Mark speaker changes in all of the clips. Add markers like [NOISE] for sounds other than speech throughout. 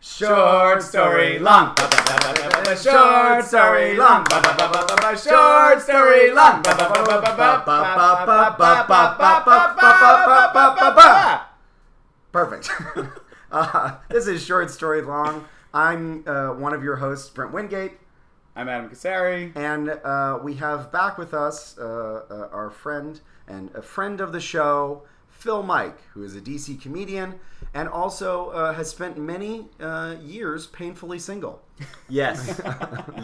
Speaker 1: Short story long. Short story long. Short story long.
Speaker 2: Perfect. [LAUGHS] uh, this is Short Story Long. I'm uh, one of your hosts, Brent Wingate,
Speaker 1: I'm Adam Kasari.
Speaker 2: and uh, we have back with us uh, uh, our friend and a friend of the show, Phil Mike, who is a DC comedian and also uh, has spent many uh, years painfully single. [LAUGHS]
Speaker 3: Yes.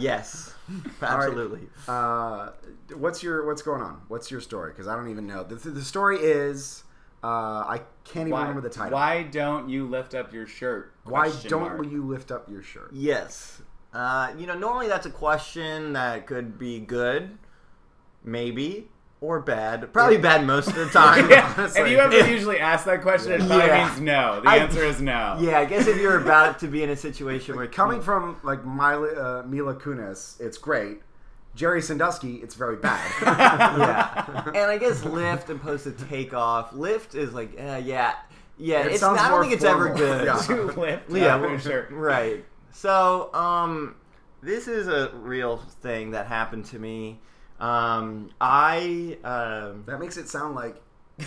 Speaker 3: yes. Absolutely.
Speaker 2: Uh, what's your what's going on? What's your story? Because I don't even know. The, the story is uh, I can't even
Speaker 1: Why,
Speaker 2: remember the title.
Speaker 1: why don't you lift up your shirt?
Speaker 2: Why
Speaker 1: Question
Speaker 2: don't
Speaker 1: mark.
Speaker 2: you lift up your shirt?
Speaker 3: Yes. Uh, you know, normally that's a question that could be good, maybe, or bad. Probably bad most of
Speaker 2: [LAUGHS]
Speaker 3: the time.
Speaker 1: Yeah.
Speaker 2: Honestly.
Speaker 1: If you ever usually ask that question, it probably
Speaker 3: Yeah.
Speaker 1: means no. The
Speaker 3: I-
Speaker 1: answer is no.
Speaker 3: Yeah, I guess if you're about to be in a situation
Speaker 2: [LAUGHS]
Speaker 3: where
Speaker 2: Coming from like Mila, uh, Mila Kunis, it's great. Jerry Sandusky, it's very
Speaker 1: [LAUGHS]
Speaker 2: bad.
Speaker 3: yeah. [LAUGHS] And I guess Lyft opposed to takeoff. Lyft is like, uh, yeah, yeah.
Speaker 2: It
Speaker 3: it's
Speaker 2: sounds
Speaker 3: not, I don't
Speaker 2: more
Speaker 3: think it's ever
Speaker 2: formal.
Speaker 3: good.
Speaker 2: Yeah.
Speaker 3: [LAUGHS]
Speaker 1: To lift
Speaker 3: yeah,
Speaker 1: up
Speaker 3: well,
Speaker 1: your shirt.
Speaker 3: [LAUGHS] right. So, um, this is a real thing that happened to me. Um, I um,
Speaker 2: that makes it sound like [LAUGHS]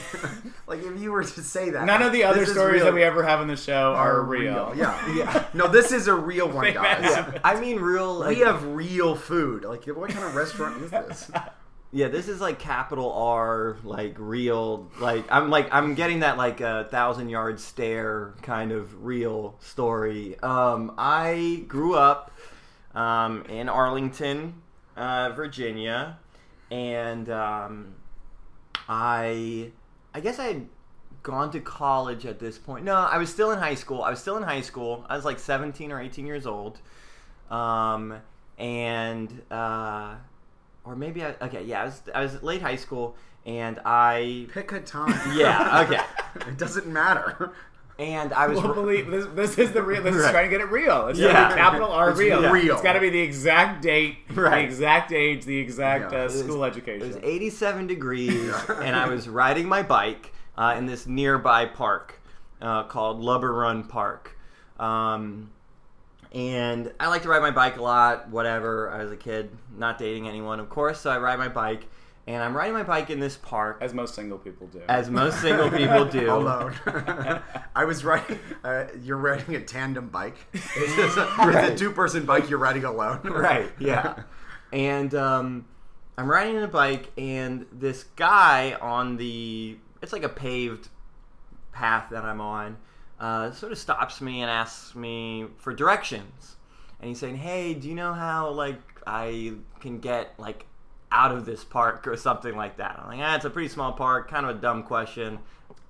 Speaker 2: like if you were to say that.
Speaker 1: None of the other
Speaker 2: "This is
Speaker 1: stories
Speaker 2: real,"
Speaker 1: that we ever have on the show are, real. [LAUGHS]
Speaker 2: Yeah.
Speaker 3: yeah,
Speaker 2: No, this is a real one,
Speaker 1: They
Speaker 2: guys.
Speaker 1: matter.
Speaker 3: I mean real.
Speaker 2: [LAUGHS]
Speaker 3: Like,
Speaker 2: We have real food. Like, what kind of restaurant is this?
Speaker 1: [LAUGHS]
Speaker 3: yeah, this is like capital R, like real. Like I'm like I'm getting that like a thousand yard stare kind of real story. Um, I grew up um, in Arlington, uh, Virginia, and um, I I guess I had gone to college at this point. No, I was still in high school. I was still in high school. I was like 17 or 18 years old. Um, and uh, or maybe I okay, yeah, I was I was late high school and I
Speaker 2: Pick a time.
Speaker 3: yeah, okay.
Speaker 2: [LAUGHS] It doesn't matter.
Speaker 3: And I was
Speaker 1: Well, believe this. This is the real. This is
Speaker 3: Right.
Speaker 1: trying to get it real. It's
Speaker 3: Yeah.
Speaker 1: gotta be capital R
Speaker 2: It's
Speaker 1: real.
Speaker 2: real.
Speaker 1: It's got to be the exact date, the
Speaker 3: Right.
Speaker 1: exact age, the exact
Speaker 2: Yeah.
Speaker 1: uh,
Speaker 3: It was-
Speaker 1: school
Speaker 3: It was
Speaker 1: education.
Speaker 3: 87 degrees, and I was riding my bike uh, in this nearby park uh, called Lubber Run Park. Um, and I like to ride my bike a lot, whatever. I was a kid, not dating anyone, of course, so I ride my bike, and I'm riding my bike in this park,
Speaker 1: as most single people do.
Speaker 3: as most single people do.
Speaker 2: Alone. [LAUGHS] I was riding. Uh, you're riding a tandem bike. [LAUGHS] It's, just a,
Speaker 3: Right.
Speaker 2: two person bike. You're riding alone.
Speaker 3: [LAUGHS] right yeah and um, i'm riding a bike and this guy on the it's like a paved path that i'm on uh, sort of stops me and asks me for directions and he's saying hey do you know how like i can get like out of this park or something like that i'm like ah it's a pretty small park kind of a dumb question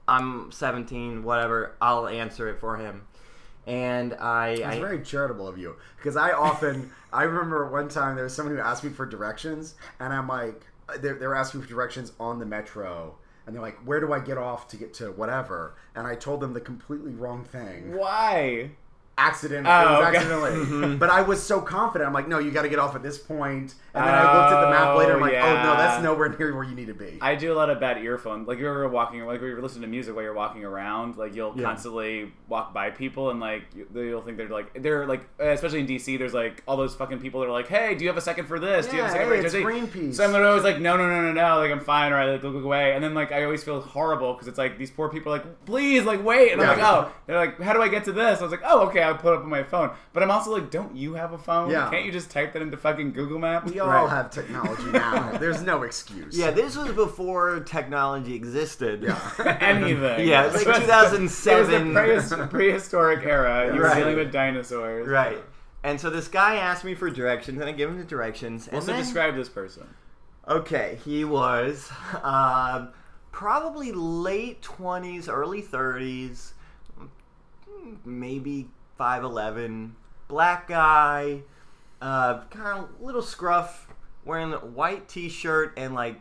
Speaker 3: i'm 17 whatever i'll answer it for him and
Speaker 2: [LAUGHS]
Speaker 3: i,
Speaker 2: It's
Speaker 3: I
Speaker 2: very charitable of you because I often I remember one time there was someone who asked me for directions and I'm like uh, they're, they're asking for directions on the metro and they're like where do I get off to get to whatever and I told them the completely wrong thing
Speaker 1: [LAUGHS] Why?
Speaker 2: accident
Speaker 1: Oh,
Speaker 2: it was
Speaker 1: okay.
Speaker 3: [LAUGHS]
Speaker 2: accidentally
Speaker 3: Mm-hmm.
Speaker 2: but I was so confident I'm like no you got to get off at this point and then I looked at the map later I'm
Speaker 1: Oh,
Speaker 2: like oh
Speaker 1: yeah.
Speaker 2: no that's nowhere near where you need to be
Speaker 1: I do a lot of bad earphone. Like if you're ever walking, like if you're listening to music while you're walking around, like you'll
Speaker 3: Yeah.
Speaker 1: constantly walk by people and like you- you'll think they're like they're like especially in DC. There's like all those fucking people that are like, hey, do you have a second for this? do you have a
Speaker 2: Yeah,
Speaker 1: second
Speaker 2: hey,
Speaker 1: for
Speaker 2: it's
Speaker 1: this?"
Speaker 2: Greenpeace.
Speaker 1: So I'm literally always like, no, no, no, no, no. Like I'm fine, or I like, look away. And then like I always feel horrible because it's like these poor people are like, please, like wait. And I'm
Speaker 2: Yeah.
Speaker 1: like, oh, they're like, how do I get to this? I was like, oh, okay, I'll put it up on my phone. But I'm also like, don't you have a phone?
Speaker 2: Yeah.
Speaker 1: Can't you just type that into fucking Google Maps?
Speaker 2: we all
Speaker 3: Right.
Speaker 2: have technology
Speaker 3: [LAUGHS]
Speaker 2: now there's no excuse [LAUGHS]
Speaker 3: Yeah, this was before technology existed.
Speaker 2: yeah
Speaker 1: anything.
Speaker 3: Yeah, it's like 2007.
Speaker 1: It was the prehis- prehistoric era. You were
Speaker 3: Right.
Speaker 1: dealing with dinosaurs.
Speaker 3: Right. And so this guy asked me for directions, and I gave him the directions. and
Speaker 1: Also,
Speaker 3: then-
Speaker 1: describe this person.
Speaker 3: Okay, he was [LAUGHS] uh, probably late 20s, early 30s, maybe 5'11, black guy, uh, kind of little scruff, wearing a white t shirt and like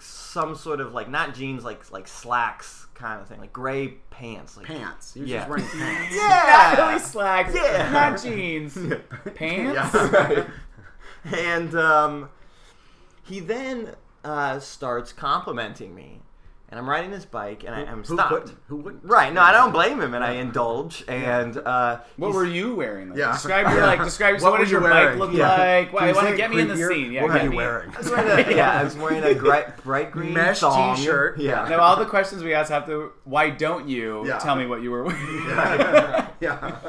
Speaker 3: some sort of like, not jeans, like like slacks kind of thing, like gray pants.
Speaker 2: [LAUGHS]
Speaker 3: Like,
Speaker 2: pants he was
Speaker 3: Yeah.
Speaker 2: just wearing pants
Speaker 3: Yeah!
Speaker 1: Not really Ah, slacks.
Speaker 3: Yeah.
Speaker 2: [LAUGHS]
Speaker 1: Not jeans. Pants.
Speaker 2: yeah.
Speaker 3: and um, he then uh, starts complimenting me and I'm riding this bike, and I, [LAUGHS] I'm
Speaker 2: who
Speaker 3: stopped.
Speaker 2: wouldn't? Who wouldn't?
Speaker 3: Right? No, I don't blame him, and I indulge. And uh,
Speaker 1: What were you wearing? Then?
Speaker 2: Yeah.
Speaker 1: Describe your like. Describe. so
Speaker 2: What
Speaker 1: what
Speaker 2: were
Speaker 1: does
Speaker 2: you
Speaker 1: your
Speaker 2: wearing?
Speaker 1: bike look
Speaker 2: Yeah.
Speaker 1: like? Why?
Speaker 2: Can you
Speaker 1: want
Speaker 2: say
Speaker 1: to get me in the
Speaker 2: creepier?
Speaker 1: scene. Yeah.
Speaker 2: What were
Speaker 1: get
Speaker 2: you
Speaker 1: me.
Speaker 2: wearing?
Speaker 3: [LAUGHS] I was wearing
Speaker 2: [LAUGHS]
Speaker 3: a, yeah, I was wearing a bright, bright green
Speaker 2: Mesh
Speaker 3: thong.
Speaker 2: t-shirt.
Speaker 3: Yeah.
Speaker 1: Now all the questions we asked have to. Why don't you
Speaker 2: Yeah.
Speaker 1: tell me what you were wearing?
Speaker 2: [LAUGHS]
Speaker 3: [LAUGHS]
Speaker 2: yeah.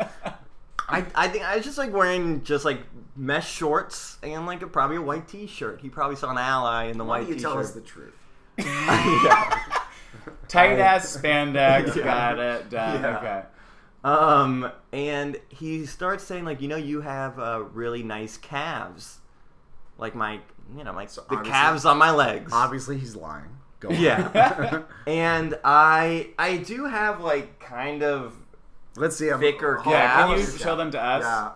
Speaker 3: I, I think I was just like wearing just like mesh shorts and like a, probably a white t-shirt. He probably saw an ally in the
Speaker 2: Why
Speaker 3: white
Speaker 2: don't you
Speaker 3: t-shirt.
Speaker 2: tell us the truth?
Speaker 1: [LAUGHS] Tight
Speaker 2: [LAUGHS]
Speaker 1: ass spandex.
Speaker 3: Yeah.
Speaker 1: Got it. Done.
Speaker 3: Yeah.
Speaker 1: Okay.
Speaker 3: um, and he starts saying like, you know, you have uh, really nice calves, like my, you know, my the
Speaker 2: obviously-
Speaker 3: calves on my legs.
Speaker 2: Obviously, he's lying. Go on.
Speaker 3: Yeah. and I I do have like kind of
Speaker 2: [LAUGHS] Let's see. I'm,
Speaker 3: Thicker
Speaker 2: hold on,
Speaker 1: Yeah.
Speaker 3: Yeah,
Speaker 1: Can you
Speaker 3: was-
Speaker 1: show them to us?
Speaker 2: Yeah.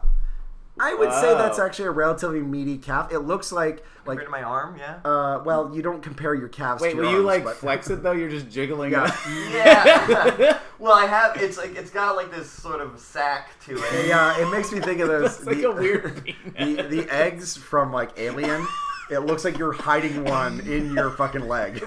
Speaker 2: I would say that's
Speaker 1: Wow.
Speaker 2: actually a relatively meaty calf. It looks like like
Speaker 3: compared to my arm, yeah.
Speaker 2: uh well, you don't compare your calves.
Speaker 1: Wait,
Speaker 2: to
Speaker 1: will
Speaker 2: your
Speaker 1: you
Speaker 2: arms,
Speaker 1: like
Speaker 2: but-
Speaker 1: flex it though? You're just jiggling.
Speaker 2: Yeah.
Speaker 3: [LAUGHS] yeah. well, I have it's like it's got like this sort of sack to it.
Speaker 2: Yeah, it makes me think of those.
Speaker 1: It's like
Speaker 2: the-
Speaker 1: a weird penis.
Speaker 2: [LAUGHS] the the eggs from like Alien. It looks like you're hiding one in your fucking leg.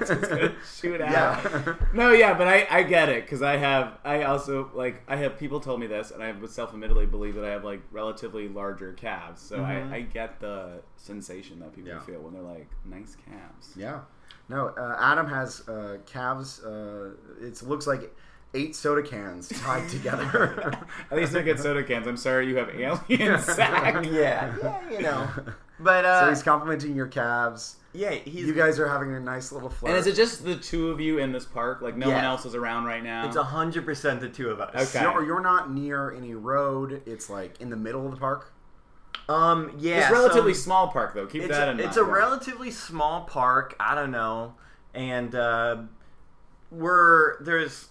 Speaker 1: [LAUGHS] Shoot out.
Speaker 2: [LAUGHS] yeah.
Speaker 1: [LAUGHS] No, yeah, but I, I get it because I have I also like I have people told me this, and I would self admittedly believe that I have like relatively larger calves, so
Speaker 3: Mm-hmm.
Speaker 1: I, I get the sensation that people
Speaker 2: Yeah.
Speaker 1: feel when they're like nice calves.
Speaker 2: [LAUGHS] Yeah. No, uh, Adam has uh, calves. Uh, it looks like eight soda cans
Speaker 1: [LAUGHS]
Speaker 2: tied together.
Speaker 1: At least I get soda cans. I'm sorry you have
Speaker 3: [LAUGHS]
Speaker 1: alien sack.
Speaker 3: Yeah. Yeah, you know. But
Speaker 2: [LAUGHS]
Speaker 3: uh
Speaker 2: so he's complimenting your calves.
Speaker 3: yeah, he's
Speaker 2: You guys are having a nice little flirt.
Speaker 1: And is it just the two of you in this park? Like no one
Speaker 3: Yeah.
Speaker 1: else is around right now.
Speaker 3: it's a hundred percent the two of us.
Speaker 1: Okay.
Speaker 2: You're, you're not near any road. It's like in the middle of the park.
Speaker 3: Um yeah.
Speaker 1: It's a relatively
Speaker 3: so
Speaker 1: small park though. Keep
Speaker 3: it's,
Speaker 1: that in mind.
Speaker 3: it's a relatively small park, I don't know. And uh we're there's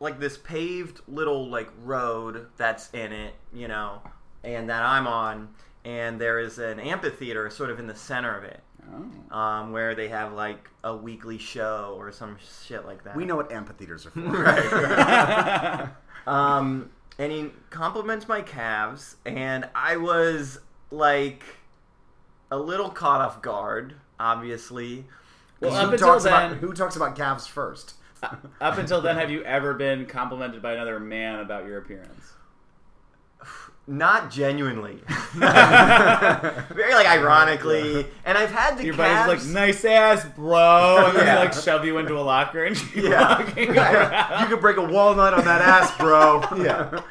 Speaker 3: like this paved little like road that's in it, you know, and that I'm on, and there is an amphitheater sort of in the center of it.
Speaker 1: Oh.
Speaker 3: um, where they have like a weekly show or some shit like that.
Speaker 2: We know what amphitheaters are for.
Speaker 3: Uh. Right,
Speaker 2: [LAUGHS]
Speaker 3: Um, and he compliments my calves, and I was like a little caught off guard, obviously.
Speaker 1: well,
Speaker 2: who,
Speaker 1: up until
Speaker 2: talks
Speaker 1: then,
Speaker 2: about, who talks about calves
Speaker 3: [LAUGHS]
Speaker 2: first?
Speaker 1: up until then, have you ever been complimented by another man about your appearance?
Speaker 2: [LAUGHS]
Speaker 3: Not genuinely, [LAUGHS] very like ironically, and I've had the
Speaker 1: Your buddy's
Speaker 3: calves.
Speaker 1: like, nice ass, bro. And then
Speaker 3: Yeah.
Speaker 1: they like shove you into a locker and keep
Speaker 3: Yeah.
Speaker 2: [LAUGHS]
Speaker 1: walking
Speaker 2: you
Speaker 1: around.
Speaker 2: could break a walnut on that ass, bro. yeah.
Speaker 3: [LAUGHS]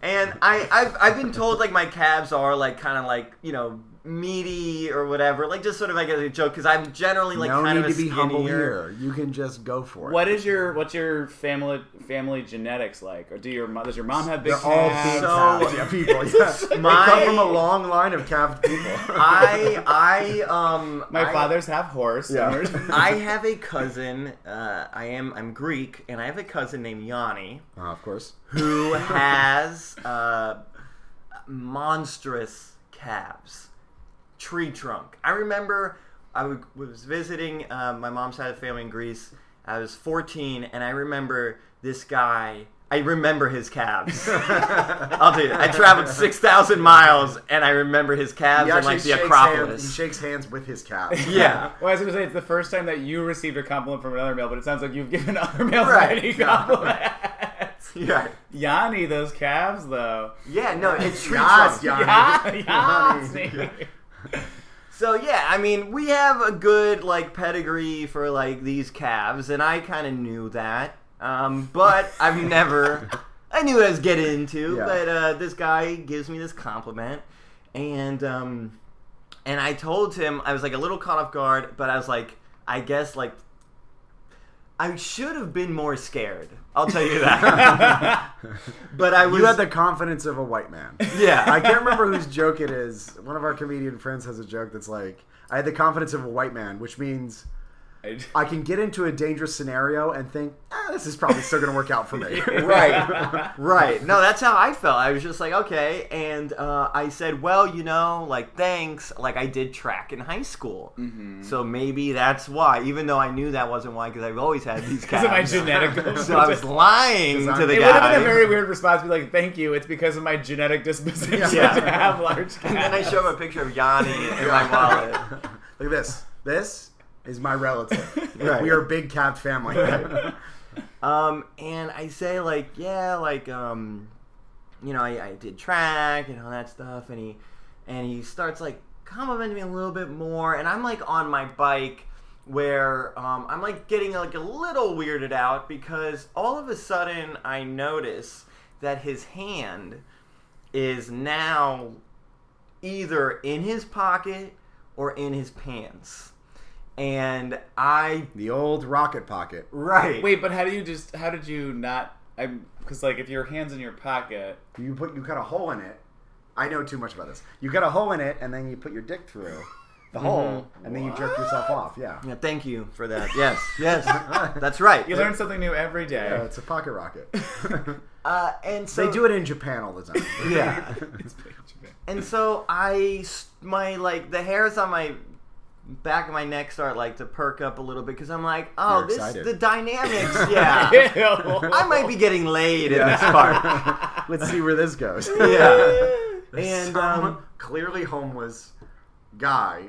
Speaker 3: And I, I've, I've been told like my calves are like kind of like you know meaty or whatever, like just sort of like as a joke because I'm generally like
Speaker 2: no
Speaker 3: kind
Speaker 2: need
Speaker 3: of a
Speaker 2: to be humble
Speaker 3: skinnier.
Speaker 2: here. You can just go for it.
Speaker 1: What is your what's your family family genetics like? Or do your mo- does your mom have big
Speaker 2: They're all big
Speaker 1: calves? [LAUGHS]
Speaker 3: So-
Speaker 2: calves. Yeah, people. Yeah.
Speaker 3: [LAUGHS] My-
Speaker 2: they come from a long line of calved people. [LAUGHS]
Speaker 3: I, uh, I, um,
Speaker 1: My
Speaker 3: I-
Speaker 1: father's half horse.
Speaker 2: Yeah. [LAUGHS]
Speaker 3: I have a cousin. Uh, I am. I'm Greek, and I have a cousin named Yanni
Speaker 2: Uh, of
Speaker 3: [LAUGHS]
Speaker 2: course.
Speaker 3: who has uh, monstrous calves, tree trunk. I remember I w- was visiting uh, my mom's side of the family in Greece. I was 14, and I remember this guy. I remember his calves. I'll tell you. I traveled 6,000 miles, and I remember his calves
Speaker 2: He
Speaker 3: and
Speaker 2: actually
Speaker 3: like the
Speaker 2: shakes
Speaker 3: Acropolis.
Speaker 2: hands. He shakes hands with his calves.
Speaker 3: yeah.
Speaker 1: [LAUGHS] Well, I was gonna say it's the first time that you received a compliment from another male, but it sounds like you've given [LAUGHS] other males
Speaker 3: Right.
Speaker 1: many
Speaker 2: Yeah.
Speaker 1: compliments.
Speaker 3: [LAUGHS]
Speaker 1: [LAUGHS]
Speaker 3: [LAUGHS] Yeah.
Speaker 1: Yanni, those calves though.
Speaker 3: Yeah, no, it's true.
Speaker 2: Yes, Yanni.
Speaker 3: [LAUGHS]
Speaker 1: Yanni. [LAUGHS]
Speaker 3: So yeah, I mean, we have a good like pedigree for like these calves, and I kind of knew that, um,
Speaker 2: [LAUGHS]
Speaker 3: but I've never. I knew what I was getting into,
Speaker 2: Yeah.
Speaker 3: but uh, this guy gives me this compliment, and um, and I told him I was like a little caught off guard, but I was like, I guess like I should have been more scared. I'll tell
Speaker 2: [LAUGHS]
Speaker 3: you that. [LAUGHS] but I was.
Speaker 2: You had the confidence of a white man.
Speaker 3: yeah.
Speaker 2: I can't remember whose joke it is. One of our comedian friends has a joke that's like, I had the confidence of a white man, which means I can get into a dangerous scenario and think, ah, this is probably still going to work out for me.
Speaker 3: [LAUGHS]
Speaker 2: [LAUGHS]
Speaker 1: [LAUGHS]
Speaker 3: right right no that's how i felt i was just like okay and uh, i said well you know like thanks like i did track in high school
Speaker 1: Mm-hmm.
Speaker 3: so maybe that's why even though i knew that wasn't why because i've always had
Speaker 1: [LAUGHS]
Speaker 3: these
Speaker 1: Because of my
Speaker 3: calves
Speaker 1: genetic.
Speaker 3: [LAUGHS] so i was lying
Speaker 2: Design.
Speaker 3: to the
Speaker 1: It would have
Speaker 3: guy
Speaker 1: been a very
Speaker 3: [LAUGHS]
Speaker 1: weird response to be like, thank you, it's because of my genetic disposition [LAUGHS]
Speaker 3: Yeah.
Speaker 1: to have large calves.
Speaker 3: [LAUGHS] and then i show him a picture of yanni in my wallet
Speaker 2: Look at this. This is my relative.
Speaker 3: Right.
Speaker 2: We are a big cab family.
Speaker 3: Um, and I say like, yeah, like, um, you know, I, I did track and all that stuff, and he, and he starts like complimenting me a little bit more, and I'm like on my bike where um, I'm like getting like a little weirded out because all of a sudden I notice that his hand is now either in his pocket or in his pants. And I
Speaker 2: [LAUGHS]
Speaker 3: [LAUGHS]
Speaker 2: the old rocket pocket.
Speaker 1: [LAUGHS]
Speaker 3: right
Speaker 1: Wait, but how do you just? How did you not? I'm because like if your hands in your pocket,
Speaker 2: You put you cut a hole in it. I know too much about this. You cut a hole in it, and then you put your dick through the hole, and then you jerk yourself off. Yeah.
Speaker 3: Mm-hmm. Yeah, thank you for that. Yes,
Speaker 2: [LAUGHS]
Speaker 3: yes, that's right.
Speaker 1: you learn something new every day.
Speaker 2: Yeah, it's a pocket rocket.
Speaker 3: Uh, and so
Speaker 2: they do it in Japan all the time.
Speaker 3: [LAUGHS]
Speaker 2: [LAUGHS]
Speaker 1: [LAUGHS]
Speaker 3: Yeah,
Speaker 1: It's pretty interesting.
Speaker 3: and so I, s- my like the hairs on my back of my neck start like to perk up a little bit because I'm like, oh,
Speaker 2: You're
Speaker 3: this
Speaker 2: excited.
Speaker 3: the dynamics.
Speaker 2: [LAUGHS]
Speaker 3: Yeah, I might be getting laid in
Speaker 2: [LAUGHS]
Speaker 3: this park.
Speaker 2: Let's see where this goes.
Speaker 3: [LAUGHS] Yeah, and
Speaker 2: and
Speaker 3: um,
Speaker 2: clearly homeless guy,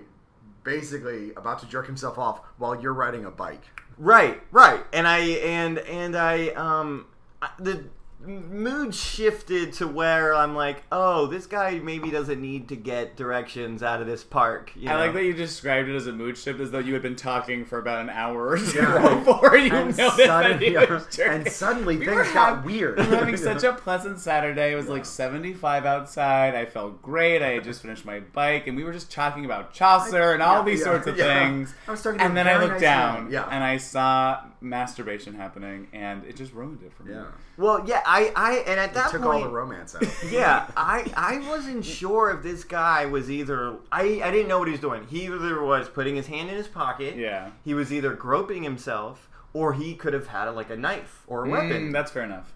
Speaker 2: basically about to jerk himself off while you're riding a bike.
Speaker 3: right, right, and I and and I um I- the mood shifted to where I'm like, oh, this guy maybe doesn't need to get directions out of this park. You
Speaker 1: I like
Speaker 3: know?
Speaker 1: that you described it as a mood shift, as though you had been talking for about an hour or so
Speaker 2: Yeah.
Speaker 1: [LAUGHS] before you
Speaker 2: And,
Speaker 1: noticed that he
Speaker 2: suddenly,
Speaker 1: was jerking.
Speaker 2: and suddenly
Speaker 1: We were
Speaker 2: things
Speaker 1: hav-
Speaker 2: got weird.
Speaker 1: we
Speaker 2: [LAUGHS]
Speaker 1: were having such a pleasant Saturday. It was like 75 outside. I felt great. I had just finished my bike, and we were just talking about Chaucer and all
Speaker 2: Yeah,
Speaker 1: these
Speaker 2: yeah,
Speaker 1: sorts of
Speaker 2: yeah.
Speaker 1: things.
Speaker 2: I was talking to
Speaker 1: and
Speaker 2: a
Speaker 1: then I
Speaker 2: very
Speaker 1: looked
Speaker 2: nice
Speaker 1: down,
Speaker 2: man. Yeah.
Speaker 1: and I saw masturbation happening, and it just ruined it for me.
Speaker 2: yeah.
Speaker 3: Well, yeah, I, I, and at that
Speaker 2: Took
Speaker 3: point,
Speaker 2: all the romance out.
Speaker 3: yeah, I, I wasn't sure if this guy was either. I, I didn't know what he was doing. He either was putting his hand in his pocket.
Speaker 1: Yeah.
Speaker 3: He was either groping himself, or he could have had like a knife or a
Speaker 1: Mm,
Speaker 3: weapon.
Speaker 1: that's fair enough.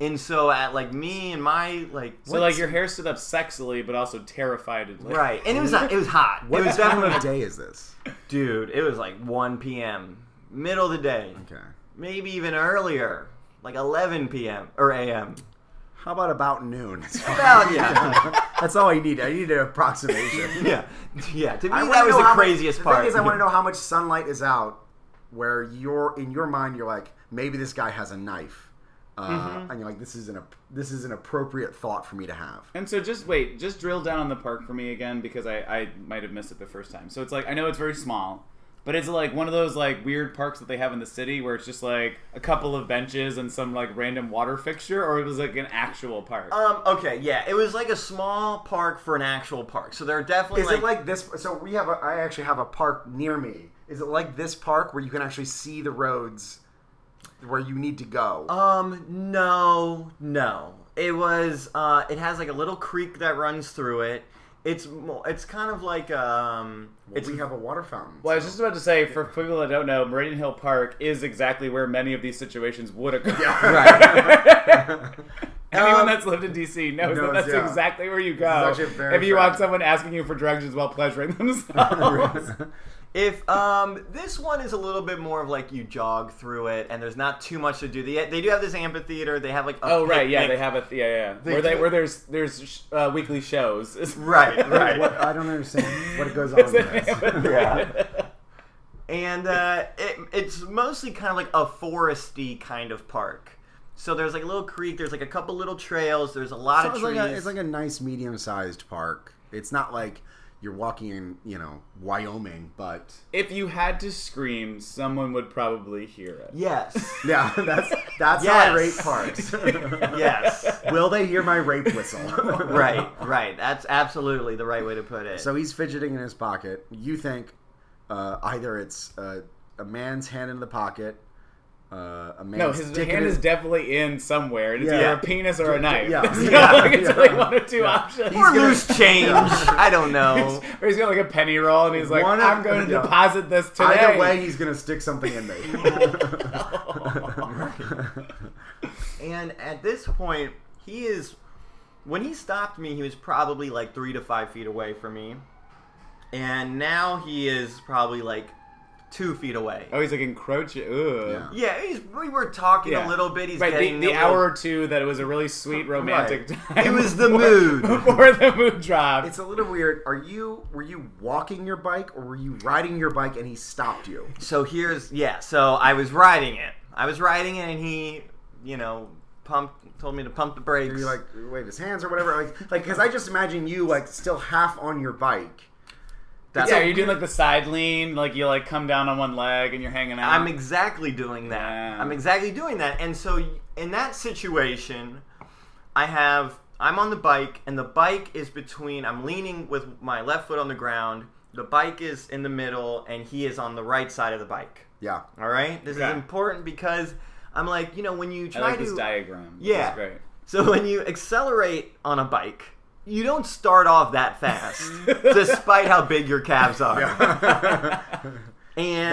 Speaker 3: and so at like me and my like.
Speaker 1: So like your hair stood up sexily, but also terrifiedly.
Speaker 3: Right, and it was not, it was hot.
Speaker 2: What
Speaker 3: it was
Speaker 2: time
Speaker 3: [LAUGHS] definitely
Speaker 2: of day is this?
Speaker 3: dude. It was like 1 p.m. middle of the day,
Speaker 2: Okay.
Speaker 3: maybe even earlier, like 11 p.m. or a.m.
Speaker 2: How about about noon? It's fine.
Speaker 3: About yeah.
Speaker 2: That's all I need. I need an approximation.
Speaker 3: Yeah, yeah. To me,
Speaker 2: I wanna
Speaker 3: that was
Speaker 2: know
Speaker 3: the
Speaker 2: how mu-
Speaker 3: craziest
Speaker 2: the
Speaker 3: part.
Speaker 2: thing is, I [LAUGHS]
Speaker 3: [LAUGHS]
Speaker 2: want to know how much sunlight is out, where you're in your mind, you're like, maybe this guy has a knife, uh,
Speaker 3: Mm-hmm.
Speaker 2: and you're like, this is an ap- this is an appropriate thought for me to have.
Speaker 1: And so just wait, just drill down on the park for me again because I, I might have missed it the first time. So it's like I know it's very small, but it's like one of those like weird parks that they have in the city where it's just like a couple of benches and some like random water fixture, or it was like an actual park.
Speaker 3: Um. Okay. Yeah. It was like a small park for an actual park. So there are definitely
Speaker 2: Is
Speaker 3: like,
Speaker 2: it like this? So we have. A, I actually have a park near me. Is it like this park where you can actually see the roads where you need to go?
Speaker 3: um. No. No. It was. Uh. It has like a little creek that runs through it. It's. mo- It's kind of like um.
Speaker 2: Well,
Speaker 3: It's
Speaker 2: we have a water fountain.
Speaker 1: well, I was just about to say, for people that don't know, Meridian Hill Park is exactly where many of these situations would occur.
Speaker 3: right.
Speaker 1: [LAUGHS] Anyone
Speaker 3: Um,
Speaker 1: that's lived in DC knows, that
Speaker 2: knows,
Speaker 1: that's
Speaker 2: yeah.
Speaker 1: exactly where you go
Speaker 2: actually very
Speaker 1: if you want
Speaker 2: friendly.
Speaker 1: someone asking you for directions while pleasuring [LAUGHS] themselves.
Speaker 3: if um. This one is a little bit more of like you jog through it, and there's not too much to do. They they do have this amphitheater. They have like. A
Speaker 1: Oh right, yeah,
Speaker 3: picnic-
Speaker 1: they have a yeah, yeah. where
Speaker 3: do-
Speaker 1: they where there's there's sh- uh, weekly shows. [LAUGHS]
Speaker 3: Right. Right.
Speaker 2: What- I don't understand what
Speaker 3: [LAUGHS]
Speaker 2: goes on. in
Speaker 1: [LAUGHS]
Speaker 2: this.
Speaker 3: Yeah. and uh, it, it's mostly kind of like a foresty kind of park. So there's like a little creek. There's like a couple little trails. There's a lot
Speaker 2: So
Speaker 3: of
Speaker 2: it's,
Speaker 3: trees.
Speaker 2: like a, it's like a nice medium-sized park. It's not like you're walking in, you know, Wyoming, but [LAUGHS]
Speaker 1: if you had to scream, someone would probably hear it.
Speaker 3: yes,
Speaker 2: yeah, that's that's how I rate
Speaker 3: Yes.
Speaker 2: parks. [LAUGHS]
Speaker 3: yes,
Speaker 2: Will they hear my rape
Speaker 1: [LAUGHS]
Speaker 2: whistle?
Speaker 3: right, right. That's absolutely the right way to put it.
Speaker 2: So he's fidgeting in his pocket. You think uh, either it's uh, a man's hand in the pocket, uh, a man's
Speaker 1: No, his
Speaker 2: dick in
Speaker 1: hand
Speaker 2: his-
Speaker 1: is definitely in somewhere, and it's
Speaker 2: Yeah.
Speaker 1: either a penis or a knife. [LAUGHS]
Speaker 2: yeah.
Speaker 1: It's,
Speaker 2: Yeah.
Speaker 1: Like, it's
Speaker 2: Yeah.
Speaker 1: like one or two options.
Speaker 3: or loose change. I don't know.
Speaker 1: [LAUGHS] Or he's got like a penny roll, and he's like,
Speaker 2: One of-
Speaker 1: "I'm going
Speaker 2: [LAUGHS]
Speaker 1: to
Speaker 2: yeah.
Speaker 1: deposit this today."
Speaker 2: Either way, he's gonna stick something
Speaker 1: [LAUGHS]
Speaker 2: in me. [LAUGHS]
Speaker 3: And at this point, he is. When he stopped me, he was probably like three to five feet away from me. And now he is probably like two feet away.
Speaker 1: Oh, he's like encroaching. Ugh.
Speaker 2: Yeah.
Speaker 3: Yeah, he's, we were talking
Speaker 1: Yeah.
Speaker 3: a little bit. He's
Speaker 1: right,
Speaker 3: getting
Speaker 1: the, the
Speaker 3: a
Speaker 1: hour or
Speaker 3: little-
Speaker 1: two that it was a really sweet romantic
Speaker 2: Right.
Speaker 1: time.
Speaker 3: It was the
Speaker 1: before- [LAUGHS]
Speaker 3: mood.
Speaker 1: before the mood dropped.
Speaker 2: It's a little weird. Are you were you walking your bike or were you riding your bike and he stopped you?
Speaker 3: So here's yeah. So I was riding it. I was riding it, and he, you know, pumped told me to pump the brakes.
Speaker 2: Or you like wave his hands or whatever? Like like because I just imagine you like still half on your bike.
Speaker 3: That's
Speaker 1: yeah,
Speaker 3: all-
Speaker 1: are you doing like the side lean? Like you like come down on one leg and you're hanging out.
Speaker 3: I'm exactly doing that.
Speaker 1: Yeah.
Speaker 3: I'm exactly doing that. And so in that situation, I have I'm on the bike and the bike is between I'm leaning with my left foot on the ground. The bike is in the middle and he is on the right side of the bike.
Speaker 1: [LAUGHS]
Speaker 2: Yeah.
Speaker 3: All right? This
Speaker 1: Yeah.
Speaker 3: is important because I'm like, you know, when you
Speaker 1: I
Speaker 3: try
Speaker 1: like
Speaker 3: to
Speaker 1: this diagram. This
Speaker 3: Yeah.
Speaker 1: is great.
Speaker 3: So when you accelerate on a bike, you don't start off that fast [LAUGHS]
Speaker 2: [LAUGHS]
Speaker 3: despite how big your calves are. And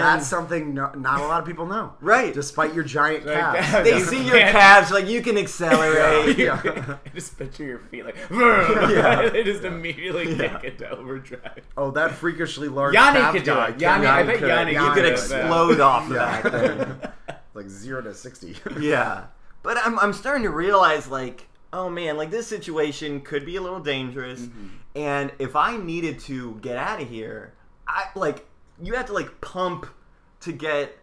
Speaker 2: [LAUGHS] That's something no, not a lot of people know.
Speaker 3: Right.
Speaker 2: Despite your giant
Speaker 1: Like,
Speaker 2: calves.
Speaker 1: [LAUGHS]
Speaker 3: they
Speaker 1: yeah.
Speaker 3: see your calves like you can accelerate.
Speaker 2: Yeah.
Speaker 1: I [LAUGHS] just picture your feet
Speaker 3: [LAUGHS]
Speaker 1: like, [LAUGHS] yeah. they just immediately
Speaker 3: Yeah.
Speaker 1: kick it to
Speaker 3: [LAUGHS]
Speaker 1: overdrive.
Speaker 2: Oh, that freakishly large.
Speaker 1: Yanni
Speaker 2: calf
Speaker 1: could do
Speaker 2: guy
Speaker 1: it.
Speaker 2: can-
Speaker 1: Yanni- I bet
Speaker 2: could.
Speaker 1: Yanni
Speaker 3: You could
Speaker 1: Yeah.
Speaker 3: [LAUGHS] explode off of
Speaker 2: Yeah,
Speaker 3: that.
Speaker 2: I think. like zero to
Speaker 1: [LAUGHS]
Speaker 2: sixty.
Speaker 3: Yeah. But I'm, I'm starting to realize, like, oh man, like this situation could be a little dangerous.
Speaker 2: Mm-hmm.
Speaker 3: And if I needed to get out of here, I like, you have to like pump to get,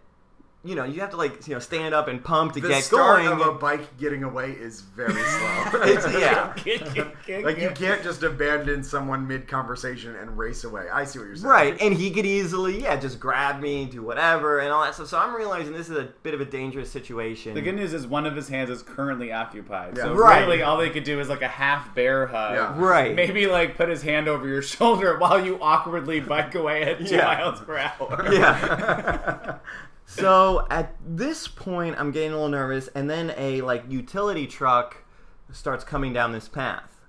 Speaker 3: you know, you have to like, you know, stand up and pump to
Speaker 2: The
Speaker 3: get
Speaker 2: start
Speaker 3: going.
Speaker 2: of a bike getting away is very
Speaker 1: [LAUGHS]
Speaker 2: slow.
Speaker 3: It's- yeah.
Speaker 1: Kick, kick, kick,
Speaker 2: Like you
Speaker 1: kick.
Speaker 2: can't just abandon someone mid conversation and race away. I see what you're saying.
Speaker 3: Right, and he could easily, yeah, just grab me, do whatever, and all that stuff. So I'm realizing this is a bit of a dangerous situation.
Speaker 1: The good news is one of his hands is currently occupied. So
Speaker 2: Yeah.
Speaker 3: Right.
Speaker 1: really all they could do is like a half bear hug.
Speaker 2: Yeah.
Speaker 3: Right.
Speaker 1: Maybe like put his hand over your [LAUGHS] shoulder while you awkwardly bike away at two
Speaker 3: Yeah.
Speaker 1: miles per hour.
Speaker 3: [LAUGHS] yeah.
Speaker 1: [LAUGHS]
Speaker 3: [LAUGHS] so at this point, I'm getting a little nervous, and then a like utility truck starts coming down this path,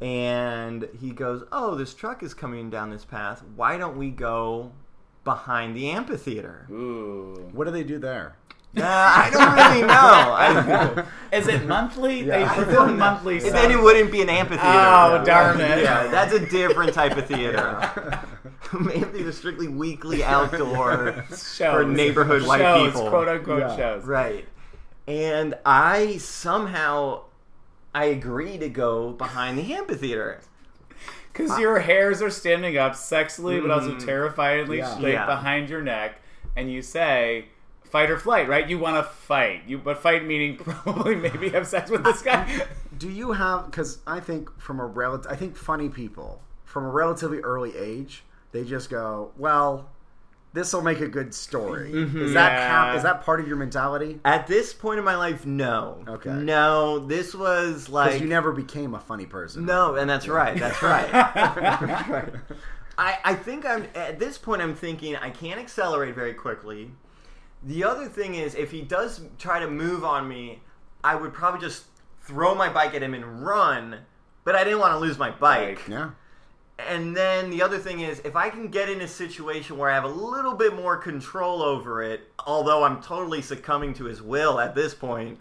Speaker 3: and he goes, "Oh, this truck is coming down this path. Why don't we go behind
Speaker 1: [LAUGHS]
Speaker 3: the amphitheater?"
Speaker 1: Ooh.
Speaker 2: What do they do there?
Speaker 3: Nah, I don't
Speaker 1: [LAUGHS]
Speaker 3: really know. I,
Speaker 1: Is it monthly?
Speaker 2: Yeah.
Speaker 3: [LAUGHS]
Speaker 1: They
Speaker 2: I
Speaker 1: prefer
Speaker 2: don't know.
Speaker 1: monthly.
Speaker 3: And then it wouldn't be an amphitheater.
Speaker 1: Oh, darn it.
Speaker 3: Yeah, that's a different type
Speaker 1: [LAUGHS]
Speaker 3: of theater. [LAUGHS] Amphitheater is strictly weekly outdoor.
Speaker 1: shows.
Speaker 3: for neighborhood white
Speaker 1: shows,
Speaker 3: people.
Speaker 1: quote unquote
Speaker 2: Yeah.
Speaker 1: shows.
Speaker 3: Right. And I somehow I agree to go behind the amphitheater.
Speaker 1: Because your hairs are standing up sexily, but also terrifyingly
Speaker 2: Yeah.
Speaker 1: straight
Speaker 3: Mm-hmm. Yeah.
Speaker 1: behind your neck, and you say, "Fight or flight." Right? You want to fight. You, but fight meaning [LAUGHS] probably maybe have sex with this guy.
Speaker 2: [LAUGHS] Do you have? Because I think from a relative, I think funny people from a relatively early age, they just go, "Well, this will make a good story." Is that
Speaker 1: Yeah.
Speaker 2: how, is that part of your mentality?
Speaker 3: At this point in my life, no.
Speaker 2: Okay.
Speaker 3: No, this was like
Speaker 2: Because you never became a funny person.
Speaker 3: No, and that's right.
Speaker 2: [LAUGHS]
Speaker 1: [LAUGHS]
Speaker 3: That's right. I, I think I'm at this point I'm thinking I can't accelerate very quickly. The other thing is if he does try to move on me, I would probably just throw my bike at him and run, but I didn't want to lose my bike.
Speaker 2: Yeah.
Speaker 3: And then the other thing is, if I can get in a situation where I have a little bit more control over it, although I'm totally succumbing to his will at this [LAUGHS] point.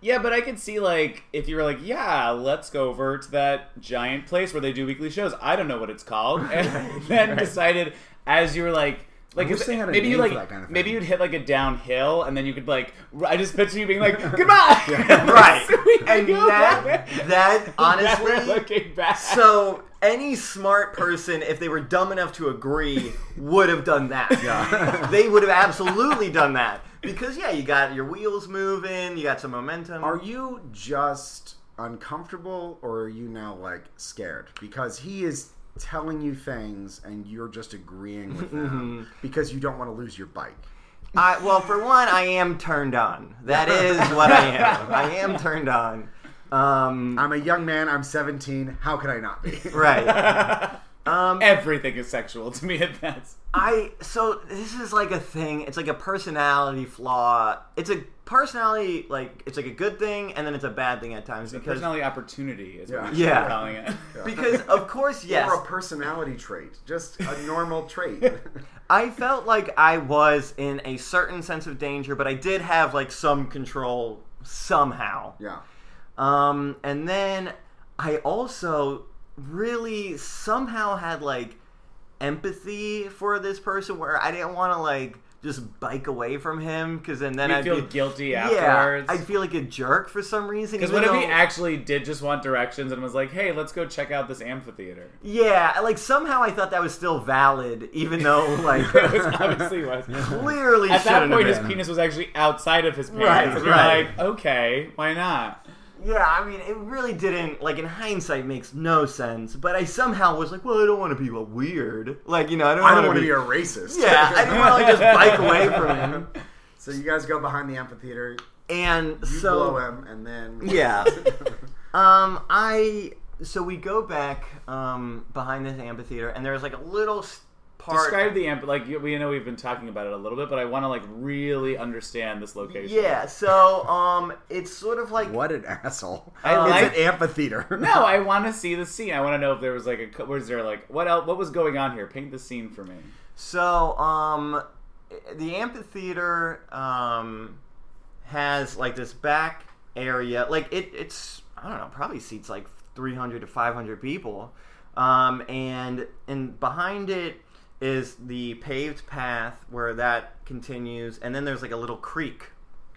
Speaker 1: yeah, but I could see like if you were like, "Yeah, let's go over to that giant place where they do weekly shows." I don't know what it's
Speaker 2: [LAUGHS]
Speaker 1: called, and then decided as you were like. Like
Speaker 2: wish
Speaker 1: if-
Speaker 2: they had a
Speaker 1: maybe you
Speaker 2: name
Speaker 1: like
Speaker 2: for that kind of thing.
Speaker 1: maybe you'd hit like a downhill and then you could like r- I just picture you
Speaker 2: [LAUGHS]
Speaker 1: being like goodbye [LAUGHS]
Speaker 3: Right.
Speaker 1: Sweet,
Speaker 3: and
Speaker 1: go
Speaker 3: that,
Speaker 1: back.
Speaker 3: [LAUGHS] that
Speaker 1: Never
Speaker 3: honestly.
Speaker 1: looking back. [LAUGHS]
Speaker 3: So, any smart person, if they were dumb enough to agree, would have done that. [LAUGHS] they would have absolutely done that. Because, yeah, you got your wheels moving, you got some momentum.
Speaker 2: Are you just uncomfortable, or are you now like scared? Because he is telling you things, and you're just agreeing with
Speaker 3: [LAUGHS]
Speaker 2: them [LAUGHS] because you don't want to lose your bike.
Speaker 3: I, well, for one, I am turned on. That is what I am. I am turned on. Um,
Speaker 2: I'm a young man. I'm 17. How could I not be?
Speaker 3: [LAUGHS] right.
Speaker 2: um,
Speaker 1: Everything is sexual to me at best.
Speaker 3: I so this is like a thing. It's like a personality flaw. It's a personality like it's like a good thing and then it's a bad thing at times because
Speaker 1: Personality opportunity is
Speaker 2: Yeah.
Speaker 1: what we should be
Speaker 3: Yeah.
Speaker 1: calling it.
Speaker 3: because of course yes.
Speaker 2: Or a personality trait, just a normal
Speaker 3: [LAUGHS]
Speaker 2: trait. [LAUGHS]
Speaker 3: I felt like I was in a certain sense of danger, but I did have like some control somehow.
Speaker 2: yeah.
Speaker 3: Um, and then I also really somehow had like empathy for this person where I didn't want to like just bike away from him because then then
Speaker 1: You
Speaker 3: I'd
Speaker 1: feel
Speaker 3: be,
Speaker 1: guilty
Speaker 3: yeah,
Speaker 1: afterwards.
Speaker 3: I'd feel like a jerk for some reason.
Speaker 1: Because what
Speaker 3: even
Speaker 1: if he
Speaker 3: though-
Speaker 1: actually did just want directions and was like, "Hey, let's go check out this amphitheater"?
Speaker 3: Yeah, like somehow I thought that was still valid, even though
Speaker 1: [LAUGHS]
Speaker 3: like
Speaker 1: it was [LAUGHS] obviously was.
Speaker 3: clearly
Speaker 1: At that
Speaker 3: shouldn't
Speaker 1: point,
Speaker 3: have
Speaker 1: his
Speaker 3: been.
Speaker 1: penis was actually outside of his pants.
Speaker 3: Right,
Speaker 1: and you're
Speaker 3: right.
Speaker 1: like, okay, why not?
Speaker 3: Yeah, I mean, it really didn't. Like in hindsight, makes no sense. But I somehow was like, well, I don't want to be uh, weird. Like you know, I don't,
Speaker 2: I
Speaker 3: wanna
Speaker 2: don't want to be a racist.
Speaker 3: [LAUGHS] Yeah, I didn't want to like just bike away from
Speaker 2: [LAUGHS]
Speaker 3: him.
Speaker 2: So you guys go behind the amphitheater,
Speaker 3: And
Speaker 2: you
Speaker 3: so
Speaker 2: blow him, and then
Speaker 3: Yeah. Um, I so we go back um behind this amphitheater, and there's like a little s- part.
Speaker 1: Describe the amp. Like you- we know we've been talking about it a little bit, but I want to like really understand this location.
Speaker 3: yeah, so um, it's sort of
Speaker 2: [LAUGHS]
Speaker 3: like
Speaker 2: what an asshole!
Speaker 1: I
Speaker 3: Um,
Speaker 1: like.
Speaker 2: it's an amphitheater.
Speaker 1: no, I want to see the scene. I want to know if there was like a. co- Was there like what else? What was going on here? Paint the scene for me.
Speaker 3: So, um, the amphitheater, um, has like this back area. Like it, it's I don't know, probably seats like 300 to 500 people. Um, and and behind it is the paved path where that continues, and then there's like a little creek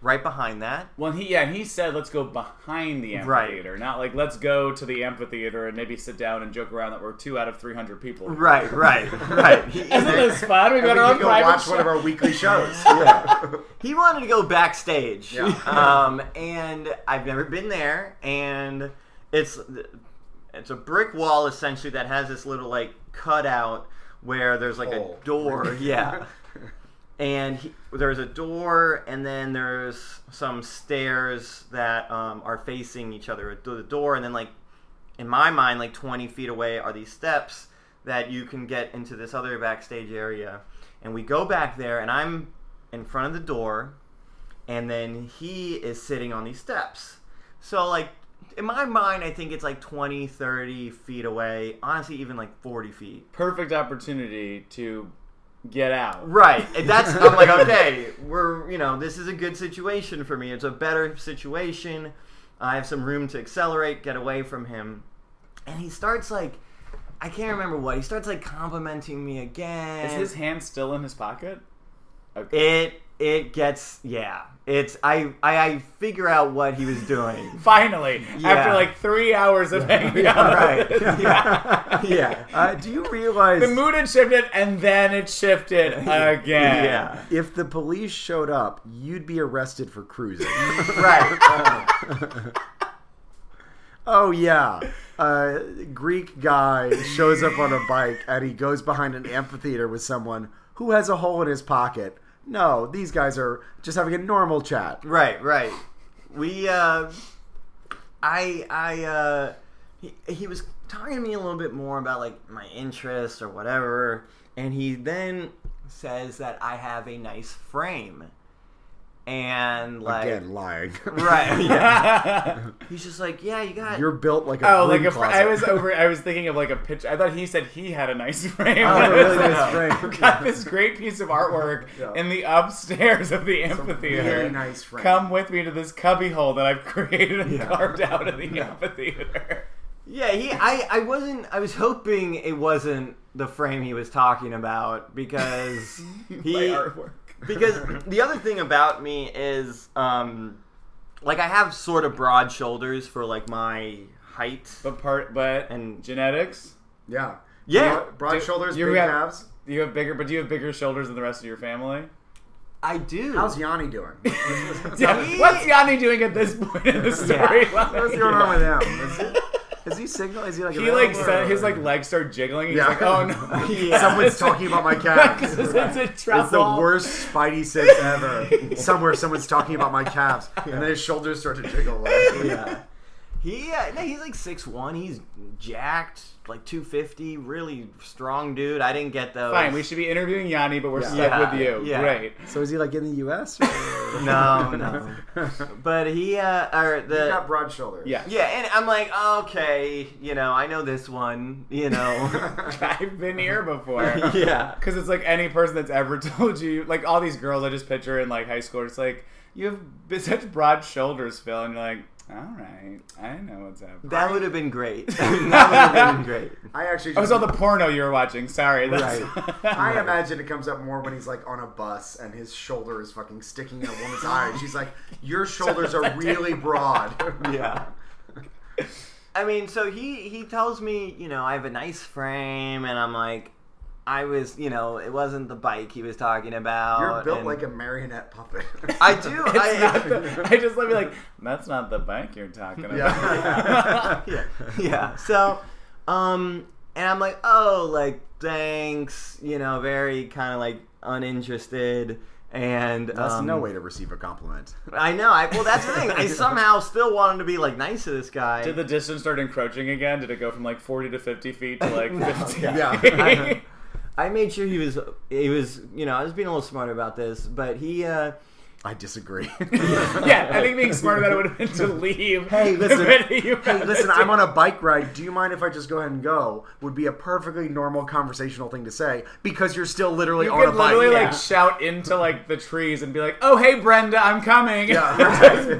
Speaker 3: right behind that.
Speaker 1: Well, he yeah, and he said let's go behind the
Speaker 3: Right.
Speaker 1: amphitheater, not like let's go to the amphitheater and maybe sit down and joke around that we're two out of three hundred people. here."
Speaker 3: Right, right, [LAUGHS] right.
Speaker 1: [LAUGHS]
Speaker 3: He,
Speaker 1: Isn't this fun? We
Speaker 2: I
Speaker 1: got
Speaker 2: mean,
Speaker 1: our own
Speaker 2: you go
Speaker 1: private
Speaker 2: watch
Speaker 1: show.
Speaker 2: one of our [LAUGHS] weekly shows. yeah.
Speaker 3: he wanted to go backstage.
Speaker 2: Yeah.
Speaker 3: [LAUGHS] Um, and I've never been there, and it's it's a brick wall essentially that has this little like cutout where there's [LAUGHS] like
Speaker 2: Hole. [LAUGHS]
Speaker 3: a door. yeah. And he, there's a door, and then there's some stairs that um, are facing each other. The door, and then like in my mind, like 20 feet away are these steps that you can get into this other backstage area. And we go back there, and I'm in front of the door, and then he is sitting on these steps. So, like, in my mind, I think it's like 20, 30 feet away. Honestly, even like 40 feet.
Speaker 1: perfect opportunity to get out.
Speaker 3: Right. And that's
Speaker 1: [LAUGHS]
Speaker 3: I'm like, okay, we're you know, this is a good situation for me. It's a better situation. I have some room to accelerate, get away from him. And he starts like I can't remember what. He starts like complimenting me again.
Speaker 1: Is his hand still in his pocket? Okay.
Speaker 3: it it gets yeah. It's I, I I figure out what he was doing.
Speaker 1: Finally,
Speaker 3: Yeah.
Speaker 1: after like three hours
Speaker 3: [LAUGHS]
Speaker 1: of hanging out,
Speaker 2: [LAUGHS]
Speaker 1: [LAUGHS]
Speaker 3: right. [LAUGHS]
Speaker 1: with this guy.
Speaker 3: yeah.
Speaker 2: Uh, do you realize
Speaker 1: the mood had shifted, and then it shifted
Speaker 3: [LAUGHS]
Speaker 1: again.
Speaker 3: Yeah.
Speaker 2: if the police showed up, you'd be arrested for [LAUGHS] cruising?
Speaker 3: Right.
Speaker 2: [LAUGHS] oh yeah, uh, Greek guy shows up on a bike and he goes behind an amphitheater with someone who has a hole in his pocket. No, these guys are just having a normal chat.
Speaker 3: Right, right. We, uh, I, I, uh, he, he was talking to me a little bit more about like my interests or whatever, and he then says that I have a nice frame, and like,
Speaker 2: Again, lying.
Speaker 3: right,
Speaker 2: [LAUGHS]
Speaker 3: yeah.
Speaker 1: [LAUGHS]
Speaker 3: He's just like, yeah, you got.
Speaker 2: You're built like a
Speaker 1: oh, like
Speaker 2: broom
Speaker 1: a fr-
Speaker 2: closet.
Speaker 1: I was over. I was thinking of like a picture. I thought he said he had a nice [LAUGHS] frame.
Speaker 3: Oh,
Speaker 1: I was
Speaker 3: really?
Speaker 1: like,
Speaker 3: No.
Speaker 2: frame.
Speaker 1: Got this great piece of artwork
Speaker 2: [LAUGHS] Yeah.
Speaker 1: in the upstairs of the amphitheater.
Speaker 2: really nice frame.
Speaker 1: Come with me to this cubbyhole that I've created
Speaker 2: [LAUGHS]
Speaker 1: and
Speaker 2: Yeah.
Speaker 1: carved out of
Speaker 2: [LAUGHS]
Speaker 1: the amphitheater.
Speaker 3: Yeah, he. I. I wasn't. I was hoping it wasn't the frame he was talking about because he.
Speaker 1: My artwork.
Speaker 3: because the other thing about me is um like i have sort of broad shoulders for like my height
Speaker 1: But part, but
Speaker 3: And-
Speaker 1: genetics.
Speaker 2: Yeah.
Speaker 3: Yeah.
Speaker 2: Broad, broad
Speaker 1: Do-
Speaker 2: shoulders,
Speaker 1: you
Speaker 2: big
Speaker 1: have-
Speaker 2: calves.
Speaker 1: You have bigger, but do you have bigger shoulders than the rest of your family?
Speaker 3: i do
Speaker 2: How's Yanni
Speaker 1: [LAUGHS]
Speaker 2: doing?
Speaker 3: Yeah.
Speaker 1: What's Yanni doing at this point in the story?
Speaker 2: [LAUGHS] What's going on with him? Is he, is he single? Is he like?
Speaker 1: He like
Speaker 2: available,
Speaker 1: said,
Speaker 2: or-
Speaker 1: his like legs start jiggling. He's
Speaker 2: Yeah.
Speaker 1: like,
Speaker 2: [LAUGHS]
Speaker 1: oh no, [LAUGHS]
Speaker 3: Yeah.
Speaker 2: Someone's talking about my calves.
Speaker 1: 'Cause it's a
Speaker 2: It's the
Speaker 1: trouble.
Speaker 2: worst
Speaker 1: [LAUGHS]
Speaker 2: Spidey sense ever. Somewhere someone's talking about my calves, and then his shoulders start to jiggle. Like,
Speaker 3: yeah he uh, no, he's like six one he's jacked like 250 really strong dude i didn't get those [LAUGHS]
Speaker 1: Fine, we should be interviewing Yanni, but we're
Speaker 2: Yeah.
Speaker 1: stuck
Speaker 3: Yeah,
Speaker 1: with you.
Speaker 3: yeah.
Speaker 1: Great.
Speaker 2: So is he like in the [LAUGHS] U.S.? Or...
Speaker 3: no
Speaker 1: [LAUGHS]
Speaker 3: no but he uh or
Speaker 2: He's
Speaker 3: the
Speaker 2: got broad shoulders.
Speaker 1: Yeah.
Speaker 3: yeah and i'm like okay you know i know this one you know
Speaker 1: [LAUGHS] I've been here before.
Speaker 3: [LAUGHS] yeah
Speaker 1: Because it's like any person that's ever [LAUGHS] told you, like all these girls I just picture in like high school, it's like, you have b- such broad shoulders, Phil. And you're like, All right, I know what's happening.
Speaker 3: That would have been great. [LAUGHS] that would have been great.
Speaker 2: I actually.
Speaker 1: I was
Speaker 2: just-
Speaker 1: Oh,
Speaker 2: [LAUGHS]
Speaker 1: on the porno you were watching. Sorry. That's... [LAUGHS]
Speaker 3: Right.
Speaker 2: I imagine it comes up more when he's like on a bus and his shoulder is fucking sticking in a woman's eye. She's like, "Your shoulders
Speaker 1: [LAUGHS]
Speaker 2: are really broad."
Speaker 3: Yeah. I mean, so he he tells me, you know, I have a nice frame, and I'm like, I was, you know, it wasn't the bike he was talking about.
Speaker 2: You're built
Speaker 3: and-
Speaker 2: like a marionette [LAUGHS] puppet.
Speaker 3: I do.
Speaker 1: It's
Speaker 3: I,
Speaker 1: not the- I just let me like that's not the bike you're talking about. [LAUGHS]
Speaker 2: Yeah.
Speaker 3: [LAUGHS] yeah. [LAUGHS] Yeah. So, um, and I'm like, oh, like, thanks, you know, very kind of like uninterested. And
Speaker 2: That's
Speaker 3: um,
Speaker 2: no way to receive a compliment.
Speaker 3: I know. I, well, that's the
Speaker 2: [LAUGHS]
Speaker 3: thing. I somehow still wanted to be like nice to this guy.
Speaker 1: Did the distance start encroaching again? Did it go from like 40 to 50 feet to
Speaker 3: [LAUGHS]
Speaker 1: like 50?
Speaker 2: Yeah.
Speaker 1: [LAUGHS]
Speaker 3: I, I made sure he was. He was. You know, I was being a little smarter about this, but he. uh
Speaker 2: I disagree. [LAUGHS]
Speaker 1: [LAUGHS] yeah, I think being smart about it would have been to leave. [LAUGHS]
Speaker 2: Hey, listen.
Speaker 1: You
Speaker 2: Hey, listen, I'm on a bike ride. Do you mind if I just go ahead and go? Would be a perfectly normal conversational thing to say because you're still literally
Speaker 1: [LAUGHS] You
Speaker 2: on a
Speaker 1: could
Speaker 2: bike.
Speaker 1: literally
Speaker 2: yeah.
Speaker 1: like shout into like the trees and be like, "Oh, hey, Brenda, I'm coming."
Speaker 2: Yeah.
Speaker 1: [LAUGHS] Just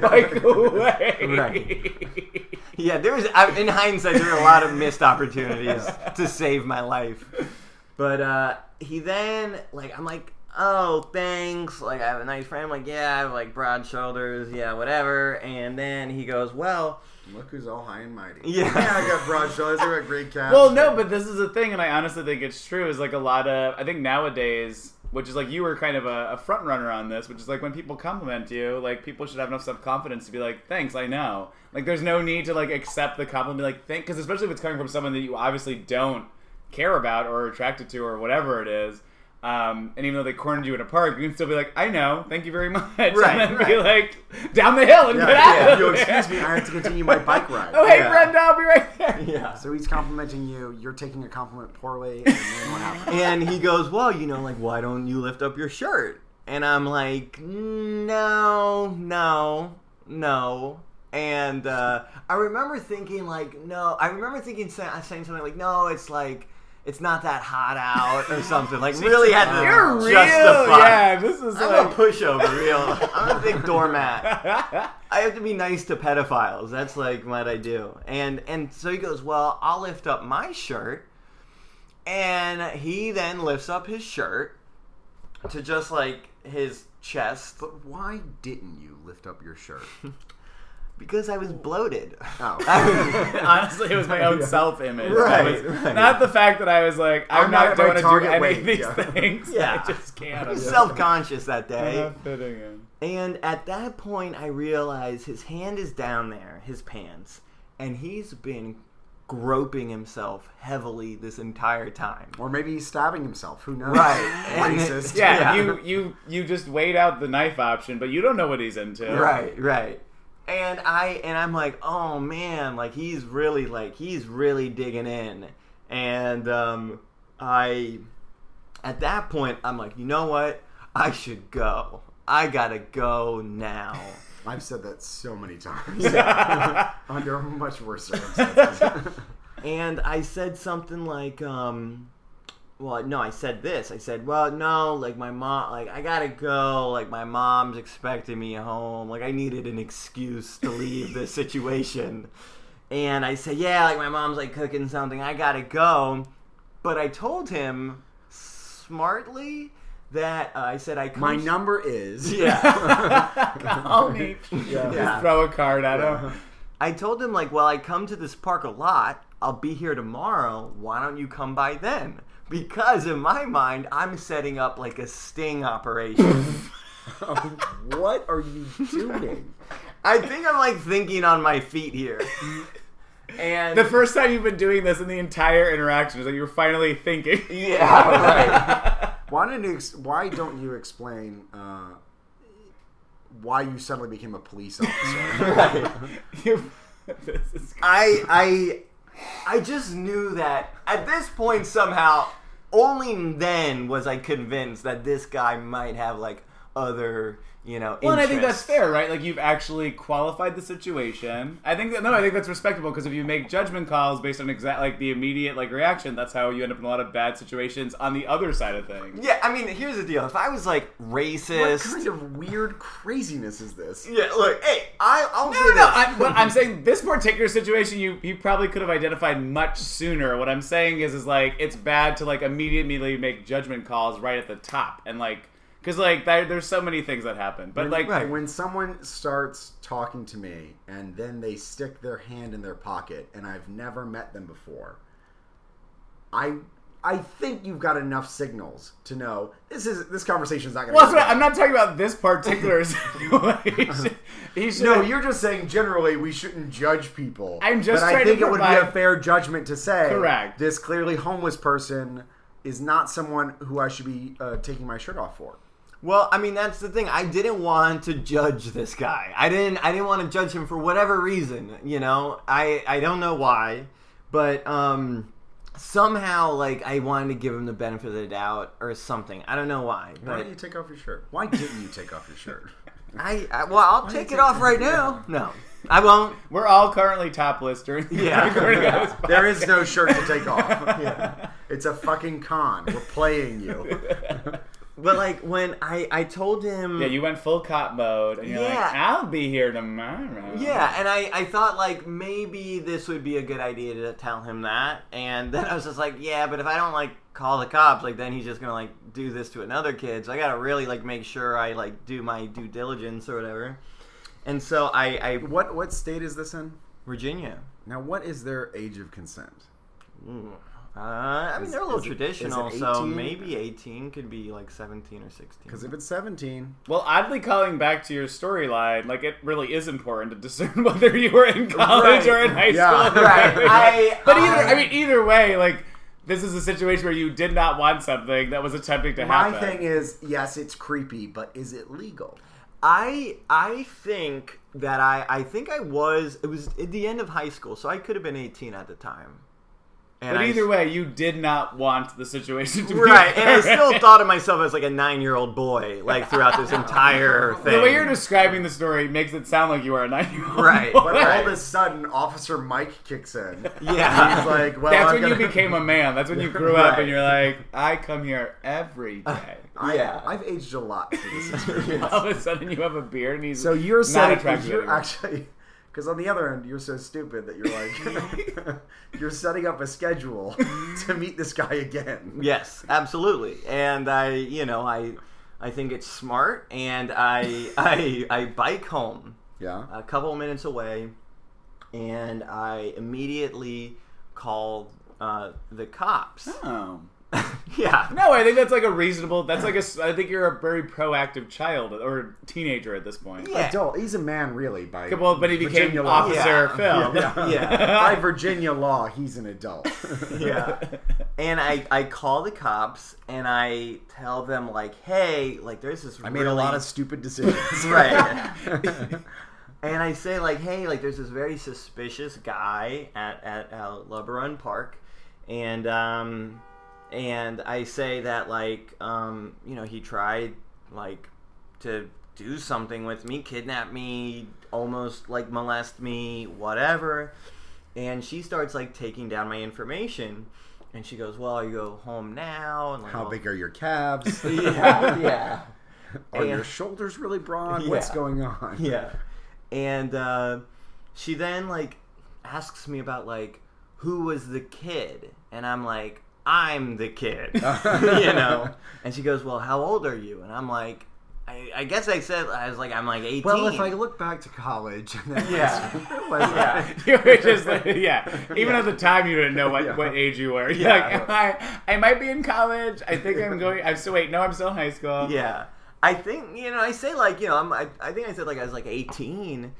Speaker 2: [LAUGHS]
Speaker 1: bike away.
Speaker 3: Right. Yeah, there was. I, in hindsight, there were a lot of missed opportunities to save my life. But uh, he then, like, I'm like, oh, thanks. Like, I have a nice frame. Like, yeah, I have like broad shoulders. Yeah, whatever. And then he goes, well,
Speaker 2: Look who's all high and mighty.
Speaker 3: Yeah.
Speaker 2: I got broad shoulders. I got [LAUGHS] great calves.
Speaker 1: Well, no, but this is a thing, and I honestly think it's true. Is like a lot of I think nowadays, which is like you were kind of a, a front runner on this, which is like when people compliment you, like people should have enough self confidence to be like, "Thanks, I know." Like, there's no need to like accept the compliment, be like, "Thank," because especially if it's coming from someone that you obviously don't care about or are attracted to or whatever it is. Um, and even though they cornered you in a park, you can still be like, "I know, thank you very [LAUGHS] much," and
Speaker 3: Right,
Speaker 1: then be
Speaker 3: right.
Speaker 1: like, "Down the hill and
Speaker 2: Yeah,
Speaker 1: get out."
Speaker 2: yeah.
Speaker 1: of
Speaker 2: You'll
Speaker 1: there."
Speaker 2: excuse me. I have to continue my bike ride.
Speaker 1: [LAUGHS] Oh hey,
Speaker 3: Yeah.
Speaker 1: Brenda, I'll be right there.
Speaker 3: yeah.
Speaker 2: So he's complimenting you. You're taking a compliment poorly. And then what [LAUGHS] happens?
Speaker 3: and he goes, "Well, you know, like why don't you lift up your shirt?" And I'm like, "No, no, no." And uh, I remember thinking, like, no. I remember thinking sa- saying something like, "No, it's like it's not that hot out" or
Speaker 1: [LAUGHS]
Speaker 3: something. Like, really had to
Speaker 1: You're real.
Speaker 3: justify.
Speaker 1: Yeah, this is
Speaker 3: I'm a [LAUGHS]
Speaker 1: like.
Speaker 3: pushover, real. I'm a big doormat. I have to be nice to pedophiles. That's like what I do. And and so he goes, "Well, I'll lift up my shirt." And he then lifts up his shirt to just like his chest
Speaker 2: But why didn't you lift up your [LAUGHS] shirt?
Speaker 3: because I was bloated. [LAUGHS]
Speaker 2: Oh.
Speaker 1: Honestly, it was my own self-image. It was
Speaker 3: Right, right.
Speaker 1: Not the fact that I was like, I'm,
Speaker 2: I'm not
Speaker 1: not,
Speaker 2: at my
Speaker 1: going to do
Speaker 2: target
Speaker 1: any
Speaker 2: weight,
Speaker 1: of these
Speaker 2: yeah.
Speaker 1: [LAUGHS] things.
Speaker 3: Yeah.
Speaker 1: I just can't.
Speaker 3: I
Speaker 1: I'm
Speaker 3: was
Speaker 1: just-
Speaker 3: self-conscious that
Speaker 1: I'm
Speaker 3: day.
Speaker 1: not fitting in.
Speaker 3: And at that point, I realize his hand is down there, his pants, and he's been groping himself heavily this entire time.
Speaker 2: or maybe he's stabbing himself. Who knows?
Speaker 3: Right.
Speaker 2: [LAUGHS]
Speaker 3: And-
Speaker 2: Racist.
Speaker 1: Yeah,
Speaker 3: Yeah.
Speaker 1: you you you just weighed out the knife option, but you don't know what he's into.
Speaker 3: right right and i and i'm like oh man like he's really like he's really digging in and um i at that point i'm like you know what i should go i gotta go now
Speaker 2: I've said that so many times. [LAUGHS]
Speaker 1: [LAUGHS]
Speaker 2: Under much worse circumstances.
Speaker 3: and i said something like um well no i said this i said well no like my mom like i gotta go like my mom's expecting me home like i needed an excuse to leave this situation and i said yeah like my mom's like cooking something i gotta go but i told him smartly that uh, i said i
Speaker 2: My
Speaker 3: come-
Speaker 2: number is.
Speaker 3: yeah
Speaker 2: [LAUGHS]
Speaker 1: Call me. Just throw a card at him.
Speaker 3: i told him like well i come to this park a lot i'll be here tomorrow why don't you come by then because in my mind i'm setting up like a sting operation
Speaker 1: [LAUGHS]
Speaker 2: what are you doing?
Speaker 3: I think I'm like thinking on my feet here. And
Speaker 1: The first time you've been doing this in the entire interaction is that you're finally thinking.
Speaker 3: yeah, right.
Speaker 2: Why don't you ex- why don't you explain uh, why you suddenly became a police
Speaker 1: [LAUGHS]
Speaker 2: officer?
Speaker 1: You- this is
Speaker 3: I I I just knew that at this point somehow only then was I convinced that this guy might have like other, you know,
Speaker 1: Well, and I think that's
Speaker 3: interests.
Speaker 1: fair, right? Like you've actually qualified the situation. I think that no, I think that's respectable because if you make judgment calls based on exact like the immediate like reaction, that's how you end up in a lot of bad situations on the other side of things.
Speaker 3: Yeah, I mean, here's the deal. If I was like
Speaker 2: What
Speaker 3: racist,
Speaker 2: kind of weird craziness is this?
Speaker 3: yeah, look, hey, I,
Speaker 1: No,
Speaker 3: I'll say
Speaker 1: no,
Speaker 3: this.
Speaker 1: no. I'm, what I'm saying this particular situation, you you probably could have identified much sooner. What I'm saying is, is like it's bad to like immediately make judgment calls right at the top and like because like there, there's so many things that happen, but like
Speaker 3: Right.
Speaker 2: When someone starts talking to me and then they stick their hand in their pocket and I've never met them before, I I think you've got enough signals to know this is this conversation's not going
Speaker 1: Well, that's
Speaker 2: to.
Speaker 1: what, I'm not talking about this particular [LAUGHS] situation. He should,
Speaker 2: no, you're just saying generally we shouldn't judge people.
Speaker 1: I'm just
Speaker 2: but I
Speaker 1: trying
Speaker 2: think
Speaker 1: to
Speaker 2: it would be
Speaker 1: provide-
Speaker 2: a fair judgment to say
Speaker 1: Correct.
Speaker 2: this clearly homeless person is not someone who I should be uh, taking my shirt off for.
Speaker 3: Well, I mean, that's the thing. I didn't want to judge this guy. I didn't. I didn't want to judge him for whatever reason. You know, I I don't know why, but um, somehow like I wanted to give him the benefit of the doubt or something. I don't know why,
Speaker 2: Why
Speaker 3: but
Speaker 2: didn't you take off your
Speaker 1: [LAUGHS]
Speaker 2: shirt? Why didn't you take off your shirt?
Speaker 3: I, I well, I'll
Speaker 2: you
Speaker 3: take it
Speaker 2: take
Speaker 3: off
Speaker 2: it
Speaker 3: right now.
Speaker 2: down?
Speaker 3: No, I won't.
Speaker 1: We're all currently topless during the
Speaker 3: Yeah.
Speaker 1: recording of this
Speaker 2: there is no shirt to take
Speaker 1: [LAUGHS]
Speaker 2: off. It's a fucking con. We're playing you.
Speaker 3: But like when I I told him,
Speaker 1: Yeah, you went full cop mode, and you're
Speaker 3: Yeah.
Speaker 1: like, "I'll be here tomorrow."
Speaker 3: Yeah, and I, I thought like maybe this would be a good idea to tell him that, and [LAUGHS] then I was just like, yeah, but if I don't like call the cops, like then he's just gonna like do this to another kid. So I gotta really like make sure I like do my due diligence or whatever. And so I, I
Speaker 2: What what state is this in?
Speaker 3: Virginia.
Speaker 2: Now, what is their age of consent?
Speaker 3: Ooh. Uh, I mean,
Speaker 2: Is-
Speaker 3: they're a little
Speaker 2: is it- is it
Speaker 3: traditional, so
Speaker 2: 18?
Speaker 3: maybe 18 could be like 17 or 16.
Speaker 2: Because if it's 17,
Speaker 1: Well, oddly, calling back to your storyline, like it really is important to discern [LAUGHS] whether you were in college
Speaker 3: Right.
Speaker 1: or in high
Speaker 2: Yeah.
Speaker 1: school. [LAUGHS]
Speaker 3: Right. I- um,
Speaker 1: but either, I
Speaker 3: I-
Speaker 1: mean, either way, like this is a situation where you did not want something that was attempting to
Speaker 2: my
Speaker 1: happen.
Speaker 2: thing is, yes, it's creepy, but is it legal?
Speaker 3: I I think that I I think I was it was at the end of high school, so I could have been 18 at the time. And
Speaker 1: but
Speaker 3: I-
Speaker 1: either way, you did not want the situation to be
Speaker 3: right and i
Speaker 2: [LAUGHS]
Speaker 1: there. [LAUGHS]
Speaker 3: still thought of myself as like a nine year old boy like throughout this
Speaker 2: [LAUGHS]
Speaker 3: entire thing
Speaker 1: The way you're describing the story makes it sound like you are a nine year old. [LAUGHS]
Speaker 3: Right.
Speaker 2: But
Speaker 3: Right.
Speaker 2: all of a sudden, Officer Mike kicks in.
Speaker 3: Yeah.
Speaker 2: He's
Speaker 3: [LAUGHS]
Speaker 2: like, well,
Speaker 1: That's
Speaker 2: I'm
Speaker 1: when you
Speaker 2: gonna-
Speaker 1: became a man. That's when you grew up and you're like, I come here every
Speaker 3: Uh,
Speaker 1: day.
Speaker 2: I,
Speaker 3: Yeah.
Speaker 2: I've aged a lot through
Speaker 1: [LAUGHS]
Speaker 2: this experience.
Speaker 1: All of a sudden you have a beard and he's
Speaker 2: So you're
Speaker 1: not
Speaker 2: saying
Speaker 1: attractive
Speaker 2: you're
Speaker 1: anymore.
Speaker 2: actually because on the other end you're so stupid that you're like [LAUGHS] you're setting up a schedule [LAUGHS] to meet this guy again.
Speaker 3: yes absolutely and i you know i i think it's smart and i [LAUGHS] i i bike home
Speaker 2: Yeah.
Speaker 3: a couple minutes away and i immediately called uh, the cops
Speaker 1: Oh.
Speaker 3: [LAUGHS] yeah
Speaker 1: No, I think that's like a reasonable. That's
Speaker 3: [LAUGHS]
Speaker 1: like a. s- I think you're a very proactive child or teenager at this point.
Speaker 3: Yeah.
Speaker 2: Adult. He's a man, really. By
Speaker 1: Well, but he became
Speaker 2: Virginia law.
Speaker 1: Officer
Speaker 3: Yeah.
Speaker 2: Yeah.
Speaker 1: Phil. [LAUGHS]
Speaker 3: [LAUGHS] Yeah.
Speaker 2: [LAUGHS] by Virginia law, he's an adult.
Speaker 3: [LAUGHS] yeah and I, I call the cops and i tell them like hey like there's this
Speaker 2: I made a lot of
Speaker 3: stuff.
Speaker 2: stupid
Speaker 3: [LAUGHS]
Speaker 2: decisions.
Speaker 3: right and i say like hey like there's this very suspicious guy at at uh, Lebaron park and um and i say that like um you know he tried like to do something with me kidnap me almost like molest me whatever and she starts like taking down my information and she goes well you go home now and like
Speaker 2: How
Speaker 3: all-
Speaker 2: big are your calves? [LAUGHS]
Speaker 3: [LAUGHS] yeah yeah
Speaker 2: Are
Speaker 3: Yeah.
Speaker 2: your shoulders really broad? What's
Speaker 3: Yeah.
Speaker 2: going on?
Speaker 3: yeah and uh, she then like asks me about like who was the kid and i'm like i'm the kid
Speaker 1: [LAUGHS]
Speaker 3: you know and she goes well how old are you and i'm like i, I guess i said i was like i'm like 18
Speaker 2: Well, if I look back to college, [LAUGHS] and then
Speaker 3: Yeah.
Speaker 2: yeah.
Speaker 1: [LAUGHS] You were just like, yeah. Even
Speaker 3: Yeah.
Speaker 1: at the time, you didn't know what,
Speaker 2: Yeah.
Speaker 1: what age you were. You're
Speaker 3: Yeah.
Speaker 1: like, am I? I might be in college. I think I'm going. I'm still wait. No, I'm still in high school.
Speaker 3: yeah i think you know i say like you know I'm, I, I think i said like i was like 18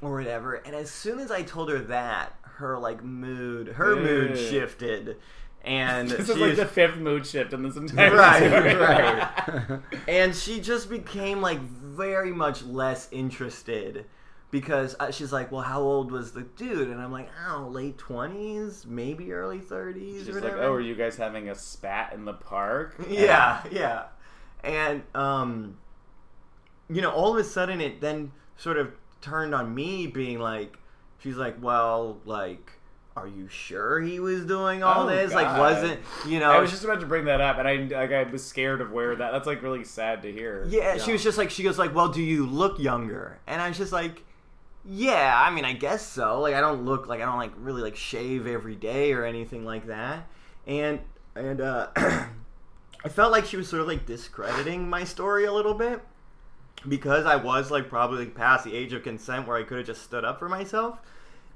Speaker 3: or whatever and as soon as i told her that her like mood her mood
Speaker 1: Yeah.
Speaker 3: shifted
Speaker 1: [LAUGHS]
Speaker 3: and
Speaker 1: This
Speaker 3: she
Speaker 1: is like
Speaker 3: was-
Speaker 1: the fifth mood shift in this entire
Speaker 3: Right,
Speaker 2: [LAUGHS]
Speaker 1: story. [LAUGHS]
Speaker 3: right. and she just became like very much less interested because uh, she's like, "Well, how old was the dude?" And I'm like, "Oh, late twenties, maybe early 30s
Speaker 1: She's
Speaker 3: or
Speaker 1: just like,
Speaker 3: whatever."
Speaker 1: oh, are you guys
Speaker 3: [LAUGHS]
Speaker 1: having a spat in the park?
Speaker 3: yeah, yeah. And um, you know, all of a sudden it then sort of turned on me being like, she's like, well, like, are you sure he was doing all
Speaker 1: Oh,
Speaker 3: this? Like,
Speaker 1: God.
Speaker 3: wasn't, you know.
Speaker 1: I was just about to bring that up, and I like I was scared of where that. That's like really sad to hear.
Speaker 3: yeah, she was just like, she goes like, well, do you look younger? And I was just like, yeah, I mean, I guess so. Like, I don't look like I don't like really like shave every day or anything like that. And and uh, [CLEARS THROAT] I felt like she was sort of like discrediting my story a little bit because I was like probably past the age of consent where I could have just stood up for myself.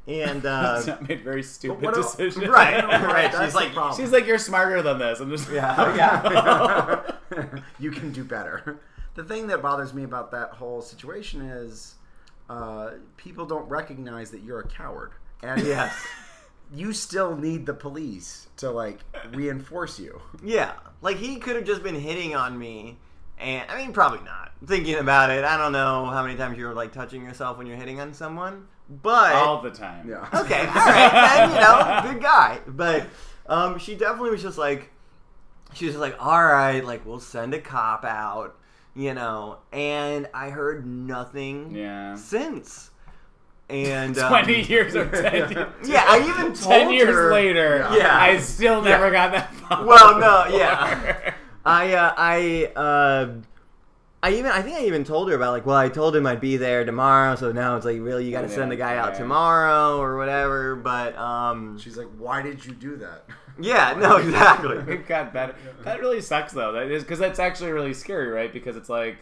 Speaker 3: And
Speaker 1: [LAUGHS]
Speaker 3: uh,
Speaker 1: It's
Speaker 3: [LAUGHS]
Speaker 1: not made very stupid
Speaker 2: what el-
Speaker 1: decisions. [LAUGHS]
Speaker 3: right, right,
Speaker 2: That's
Speaker 3: she's
Speaker 2: the
Speaker 3: like,
Speaker 2: problem.
Speaker 1: She's like, you're smarter than this. I'm just [LAUGHS]
Speaker 3: Yeah, Oh, yeah. [LAUGHS]
Speaker 2: [LAUGHS] you can do better. The thing that bothers me about that whole situation is uh, people don't recognize that you're a coward, and
Speaker 3: yes,
Speaker 2: you still need the police to like reinforce you.
Speaker 3: yeah. Like he could have just been hitting on me, and I mean, probably not. Thinking about it, I don't know how many times you're like touching yourself when you're hitting on someone, but
Speaker 1: all the time.
Speaker 2: Yeah.
Speaker 3: [LAUGHS] okay, all right, then you know, good guy. But um, she definitely was just like, she was just like, all right, like we'll send a cop out, you know. And I heard nothing
Speaker 1: Yeah.
Speaker 3: since. And
Speaker 1: [LAUGHS]
Speaker 3: um,
Speaker 1: Twenty years
Speaker 3: [LAUGHS]
Speaker 1: or ten. years.
Speaker 3: Yeah, I even
Speaker 1: [LAUGHS]
Speaker 3: told
Speaker 1: Ten years
Speaker 3: her-
Speaker 1: later,
Speaker 3: Yeah.
Speaker 1: I still never got that. Phone [LAUGHS]
Speaker 3: Well, no, yeah.
Speaker 1: before.
Speaker 3: I uh, I uh, I even I think I even told her about like well I told him I'd be there tomorrow so now it's like really you got to
Speaker 1: Yeah,
Speaker 3: send the guy out
Speaker 1: yeah.
Speaker 3: tomorrow or whatever but um
Speaker 2: She's like, "Why did you do that?"
Speaker 3: yeah
Speaker 1: [LAUGHS]
Speaker 3: no exactly [LAUGHS]
Speaker 1: We've got better. That really sucks though. That is because that's actually really scary, right? Because it's like,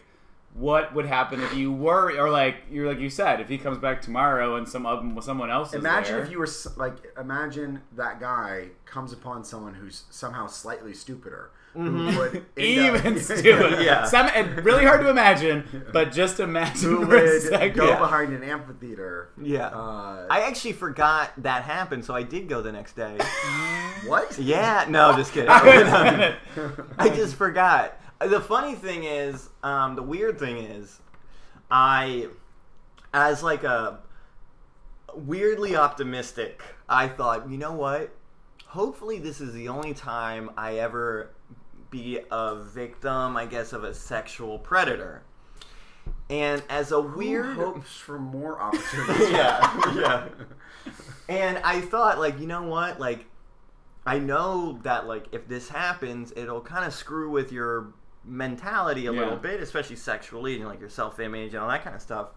Speaker 1: what would happen if you were, or like you're like you said, if he comes back tomorrow and some of someone else is
Speaker 2: Imagine
Speaker 1: there.
Speaker 2: if you were s- like, imagine that guy comes upon someone who's somehow slightly stupider,
Speaker 3: Mm-hmm.
Speaker 2: who would end up- [LAUGHS]
Speaker 1: [LAUGHS]
Speaker 3: [LAUGHS]
Speaker 1: even stupid.
Speaker 3: Yeah.
Speaker 1: Some and really hard to imagine, but just imagine
Speaker 3: [LAUGHS]
Speaker 2: who
Speaker 1: for a
Speaker 2: would
Speaker 1: second.
Speaker 2: go
Speaker 3: Yeah.
Speaker 2: behind an amphitheater.
Speaker 3: yeah
Speaker 2: Uh,
Speaker 3: I actually forgot that happened so I did go the next day
Speaker 2: what?
Speaker 3: yeah no just kidding [LAUGHS]
Speaker 1: Wait a minute.
Speaker 3: I just forgot. The funny thing is, um, the weird thing is, I, as like a weirdly optimistic, I thought, you know what? Hopefully, this is the only time I ever be a victim, I guess, of a sexual predator. And as a
Speaker 2: Who
Speaker 3: weird,
Speaker 2: hopes for
Speaker 3: [LAUGHS]
Speaker 2: more opportunities?
Speaker 3: yeah, yeah. And I thought, like, you know what? Like, I know that, like, if this happens, it'll kind of screw with your mentality a
Speaker 1: Yeah.
Speaker 3: little bit, especially sexually and, like, your self image and all that kind of stuff.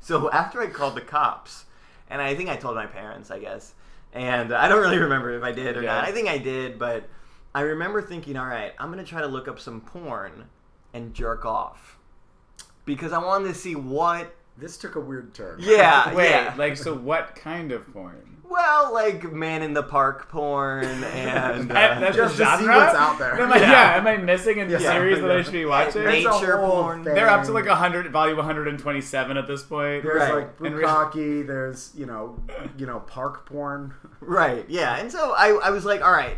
Speaker 3: So [LAUGHS] after I called the cops, and I think I told my parents, I guess, and I don't really remember if I did or
Speaker 1: Yeah.
Speaker 3: not. I think I did, but I remember thinking, all right, I'm going to try to look up some porn and jerk off. Because I wanted to see what.
Speaker 2: [LAUGHS] This took a weird turn.
Speaker 3: Yeah,
Speaker 1: Wait,
Speaker 3: yeah.
Speaker 1: like so, what kind of porn?
Speaker 3: Well, like man in the
Speaker 1: [LAUGHS]
Speaker 3: park porn and uh,
Speaker 1: That- that's
Speaker 2: Just
Speaker 1: the
Speaker 2: to see
Speaker 1: genre?
Speaker 2: what's out there.
Speaker 1: Am I, yeah.
Speaker 3: Yeah.
Speaker 1: am I missing a series that I should be watching?
Speaker 2: There's a
Speaker 3: Nature
Speaker 2: whole
Speaker 3: porn.
Speaker 2: thing.
Speaker 1: They're up to like hundred, volume one hundred and twenty-seven at this point.
Speaker 2: There's
Speaker 3: Right.
Speaker 2: like
Speaker 1: And real-
Speaker 2: bukkake. There's you know, you know, park porn.
Speaker 3: right, yeah. And so I, I was like, all right,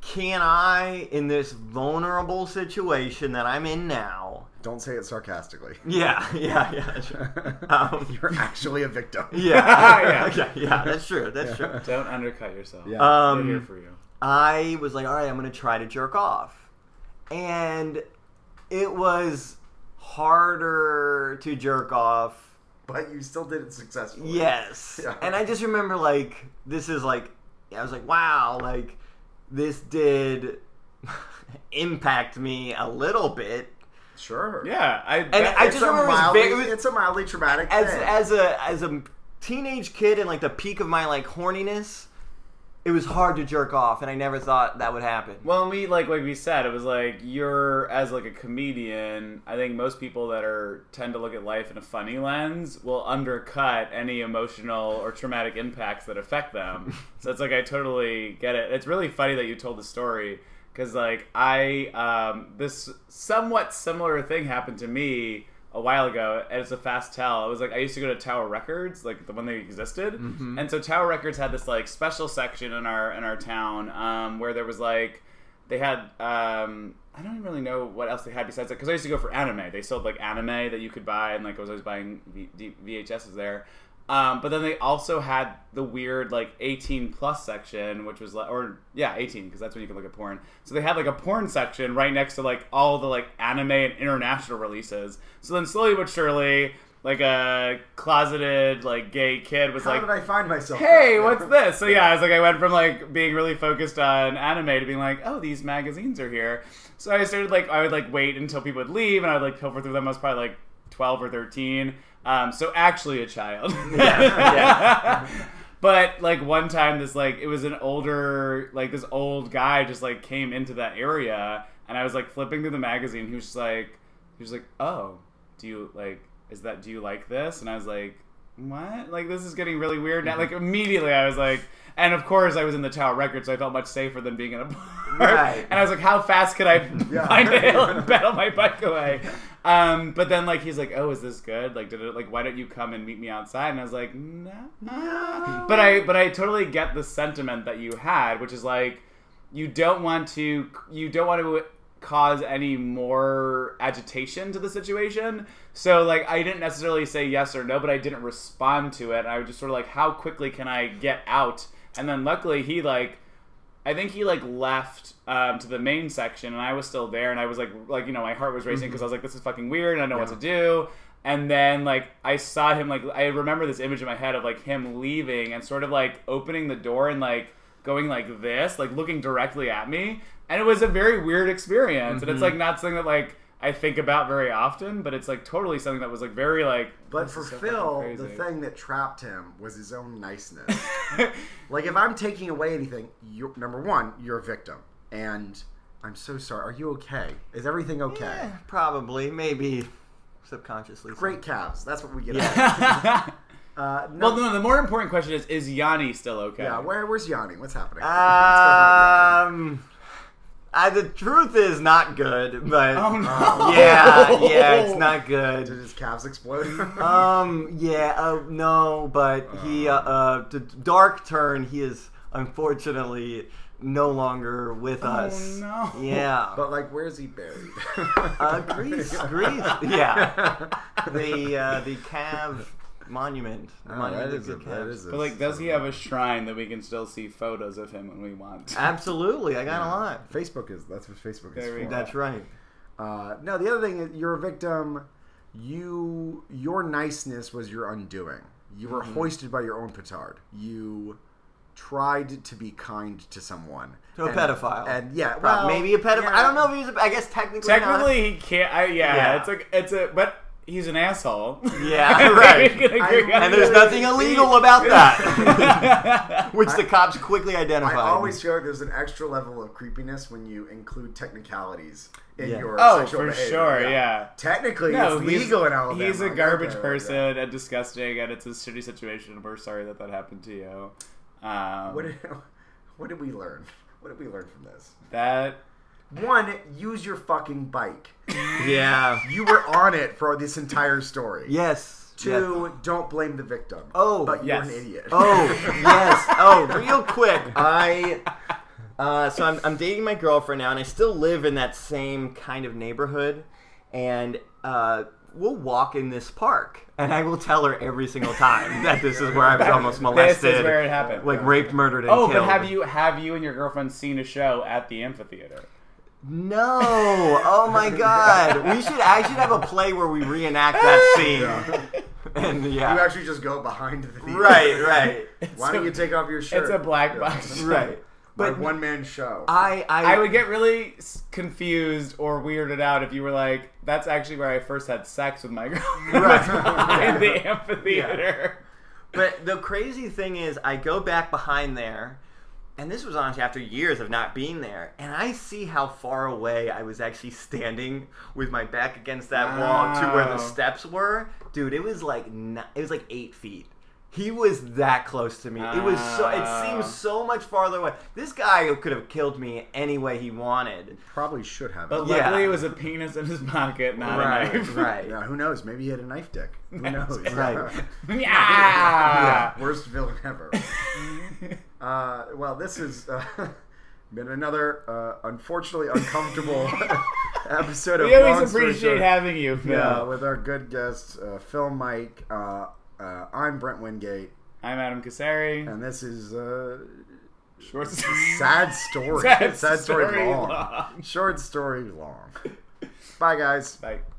Speaker 3: can I in this vulnerable situation that I'm in now?
Speaker 2: Don't say it sarcastically. [LAUGHS]
Speaker 3: Yeah, [LAUGHS] yeah,
Speaker 1: [LAUGHS]
Speaker 3: yeah. Sure. Um,
Speaker 2: You're actually a victim.
Speaker 3: yeah,
Speaker 1: Yeah.
Speaker 3: [LAUGHS] yeah, yeah. That's true. That's true.
Speaker 1: Don't undercut yourself.
Speaker 2: Yeah.
Speaker 1: We're here
Speaker 3: Um,
Speaker 1: for you.
Speaker 3: I was like, all right, I'm going to try to jerk off. And it was harder to jerk off
Speaker 2: But you still did it successfully.
Speaker 3: Yes.
Speaker 2: [LAUGHS] Yeah.
Speaker 3: And I just remember like this is like I was like, wow, like this did [LAUGHS] impact me a little bit.
Speaker 2: Sure.
Speaker 1: Yeah, I. And
Speaker 3: I
Speaker 2: It's
Speaker 3: just
Speaker 2: a,
Speaker 3: remember it was
Speaker 2: mildly,
Speaker 3: very- it was-
Speaker 2: it's a mildly traumatic
Speaker 3: As
Speaker 2: thing.
Speaker 3: as a as a teenage kid and like the peak of my like horniness, it was hard to jerk off and I never thought that would happen.
Speaker 1: Well, and we like like we said, it was like you're as like a comedian. I think most people that are tend to look at life in a funny lens will undercut any emotional or traumatic impacts that affect them. so it's like I totally get it. It's really funny that you told the story because like I um, this somewhat similar thing happened to me a while ago, and it's a fast tell. It was like I used to go to Tower Records, like the one that existed, and so Tower Records had this like special section in our in our town um, where there was like they had um, I don't even really know what else they had besides that because I used to go for anime. They sold like anime that you could buy, and like I was always buying v- D- VHSs there. Um, but then they also had the weird like 18 plus section, which was like, or yeah, 18 because that's when you can look at porn. So they had like a porn section right next to like all the like anime and international releases. So then slowly but surely, like a closeted like gay kid was
Speaker 2: How
Speaker 1: like,
Speaker 2: did I find myself?
Speaker 1: hey,
Speaker 2: there?
Speaker 1: what's this? So yeah, I was like, I went from like being really focused on anime to being like, oh, these magazines are here. So I started like, I would like wait until people would leave, and I would like pilfer through them. I was probably like twelve or thirteen. Um, so actually, a child.
Speaker 3: yeah.
Speaker 1: [LAUGHS] But like one time, this like it was an older like this old guy just like came into that area, and I was like flipping through the magazine. He was just like, he was like, oh, do you like is that do you like this? And I was like, what? Like this is getting really weird now. Like immediately, I was like. And of course, I was in the Tower Records, so I felt much safer than being in a [LAUGHS] bar.
Speaker 3: Right.
Speaker 1: And I was like, "How fast could I [LAUGHS]
Speaker 2: Yeah.
Speaker 1: find a hill and battle my bike away?" Um, but then, like, he's like, "Oh, is this good? Like, did it? Like, why don't you come and meet me outside?" And I was like, no. But I but I totally get the sentiment that you had, which is like you don't want to you don't want to cause any more agitation to the situation. So like I didn't necessarily say yes or no, but I didn't respond to it. I was just sort of like how quickly can I get out? And then luckily he like I think he like left um, to the main section, and I was still there, and I was like, like you know, my heart was racing because I was like, this is fucking weird, and I don't know what to do. And then like I saw him like I remember this image in my head of like him leaving and sort of like opening the door and like going like this, like looking directly at me, and it was a very weird experience, and it's like not something that like I think about very often, but it's like totally something that was like very like. [LAUGHS]
Speaker 2: But
Speaker 1: this
Speaker 2: for
Speaker 1: is so
Speaker 2: Phil,
Speaker 1: fucking
Speaker 2: the
Speaker 1: crazy.
Speaker 2: thing that trapped him was his own niceness. like, if I'm taking away anything, you're, number one, you're a victim. And I'm so sorry. Are you okay? Is everything okay?
Speaker 3: Eh, probably, maybe subconsciously.
Speaker 2: Great calves. That's what we get.
Speaker 3: Yeah.
Speaker 2: out of it. Uh, no, [LAUGHS]
Speaker 1: well, no, the more important question is: Is Yanni still okay?
Speaker 3: [LAUGHS]
Speaker 2: yeah. Where, where's Yanni? What's happening?
Speaker 3: Um, I, the truth is not good, but
Speaker 1: Oh, no.
Speaker 3: [LAUGHS] yeah,
Speaker 2: [LAUGHS]
Speaker 3: yeah, it's not
Speaker 2: [LAUGHS]
Speaker 3: good.
Speaker 2: Did his calves
Speaker 3: [LAUGHS]
Speaker 2: explode? [LAUGHS]
Speaker 3: Um, yeah, uh, no, but he, uh, uh, the dark turn. He is unfortunately no longer
Speaker 2: Oh,
Speaker 3: with us.
Speaker 1: no.
Speaker 3: Yeah.
Speaker 2: [LAUGHS] but like, where's he buried?
Speaker 3: [LAUGHS] uh,
Speaker 2: [LAUGHS]
Speaker 3: Greece, Greece, yeah. The uh, the calf monument. The
Speaker 2: Oh,
Speaker 3: monument
Speaker 2: that
Speaker 3: of
Speaker 2: is a,
Speaker 3: good
Speaker 2: that
Speaker 3: calves.
Speaker 2: is a,
Speaker 1: But like, does he have a shrine that we can still see photos of him when we
Speaker 3: Uh,
Speaker 1: want?
Speaker 3: Absolutely, I got a lot.
Speaker 2: Facebook is that's what Facebook is
Speaker 1: There we
Speaker 2: for.
Speaker 1: go.
Speaker 3: That's right.
Speaker 2: Uh, no, the other thing is you're a victim. You your niceness was your undoing. You were
Speaker 3: Mm-hmm.
Speaker 2: hoisted by your own petard. You tried to be kind to someone.
Speaker 3: To a
Speaker 2: And-
Speaker 3: pedophile.
Speaker 2: And yeah, well,
Speaker 3: Prob- maybe a pedophile.
Speaker 2: yeah.
Speaker 3: I don't know if he's. A, I guess technically. not.
Speaker 1: Technically, he can't. I, yeah,
Speaker 3: Yeah.
Speaker 1: it's like it's a but he's an asshole.
Speaker 3: [LAUGHS]
Speaker 1: [LAUGHS]
Speaker 3: Yeah,
Speaker 2: [LAUGHS]
Speaker 3: right.
Speaker 1: We can agree
Speaker 2: I-
Speaker 1: on
Speaker 3: and there's
Speaker 1: that.
Speaker 3: nothing illegal about that,
Speaker 1: [LAUGHS]
Speaker 3: which the cops quickly identified.
Speaker 2: I always feel like there's an extra level of creepiness when you include technicalities in
Speaker 3: Yeah.
Speaker 2: your
Speaker 1: oh,
Speaker 2: sexual
Speaker 1: for
Speaker 2: behavior.
Speaker 1: sure. Yeah.
Speaker 2: Technically,
Speaker 1: No,
Speaker 2: it's
Speaker 1: he's-
Speaker 2: legal in Alabama.
Speaker 1: He's a
Speaker 2: Okay,
Speaker 1: garbage
Speaker 2: okay.
Speaker 1: person and disgusting, and it's a shitty situation. and We're sorry that that happened to you. Um,
Speaker 2: What did, [LAUGHS] what did we learn? What did we learn from this?
Speaker 1: that?
Speaker 2: One, use your fucking bike.
Speaker 3: yeah.
Speaker 2: You were on it for this entire story.
Speaker 3: Yes. yes.
Speaker 2: Two, don't blame the victim.
Speaker 3: Oh,
Speaker 2: but you're
Speaker 1: yes.
Speaker 2: an idiot.
Speaker 3: Oh yes. Oh, real quick. I. Uh, so I'm, I'm dating my girlfriend now, and I still live in that same kind of neighborhood. And uh, we'll walk in this park, and I will tell her every single time that this is where I was almost molested,
Speaker 1: [LAUGHS] This is where it happened.
Speaker 3: like raped, murdered, and
Speaker 1: oh, but
Speaker 3: killed.
Speaker 1: have you have you and your girlfriend seen a show at the amphitheater?
Speaker 3: No! Oh
Speaker 1: [LAUGHS]
Speaker 3: my god! We should. I should have a play where we
Speaker 1: [LAUGHS]
Speaker 3: reenact that scene. And
Speaker 2: [LAUGHS] you
Speaker 3: yeah,
Speaker 2: actually just go behind the theater. [LAUGHS]
Speaker 1: [LAUGHS]
Speaker 3: right, right,
Speaker 2: Why don't you take off your shirt?
Speaker 1: It's a black
Speaker 2: Yeah.
Speaker 1: [LAUGHS] box.
Speaker 3: right.
Speaker 2: My
Speaker 3: But
Speaker 2: one man show.
Speaker 3: I, I,
Speaker 1: I would get really s- confused or weirded out if you were like, "That's actually where I first had sex with my [LAUGHS] girlfriend
Speaker 3: Right.
Speaker 1: in [LAUGHS] the amphitheater."
Speaker 3: But the crazy thing is, I go back behind there, and this was honestly after years of not being there, and I see how far away I was actually standing with my back against that wall to where
Speaker 1: Wow.
Speaker 3: the steps were. Dude, it was like ni- it was like eight feet. He was that close to me. It was so. It seemed so much farther away. This guy could have killed me any way he wanted.
Speaker 2: probably should have.
Speaker 1: But
Speaker 3: Yeah.
Speaker 1: luckily, it was a penis in his pocket, not
Speaker 3: Right,
Speaker 1: a knife. [LAUGHS]
Speaker 3: right.
Speaker 2: yeah, who knows? Maybe he had a knife dick. Who knows? [LAUGHS]
Speaker 3: Right.
Speaker 1: yeah.
Speaker 2: Worst villain ever. uh, well, this has uh, [LAUGHS] been another uh, unfortunately uncomfortable [LAUGHS] episode of
Speaker 1: We always
Speaker 2: Long Story
Speaker 1: appreciate
Speaker 2: Short.
Speaker 1: having you, Phil.
Speaker 2: Yeah, with our good guest, uh, Phil Mike. Uh, Uh, I'm Brent Wingate,
Speaker 1: I'm Adam Kasari.
Speaker 2: and this is uh,
Speaker 1: Schwartz.
Speaker 2: [LAUGHS] sad story.
Speaker 1: Sad
Speaker 2: story,
Speaker 1: story
Speaker 2: long.
Speaker 1: long.
Speaker 2: Short story long. Bye, guys.
Speaker 1: Bye.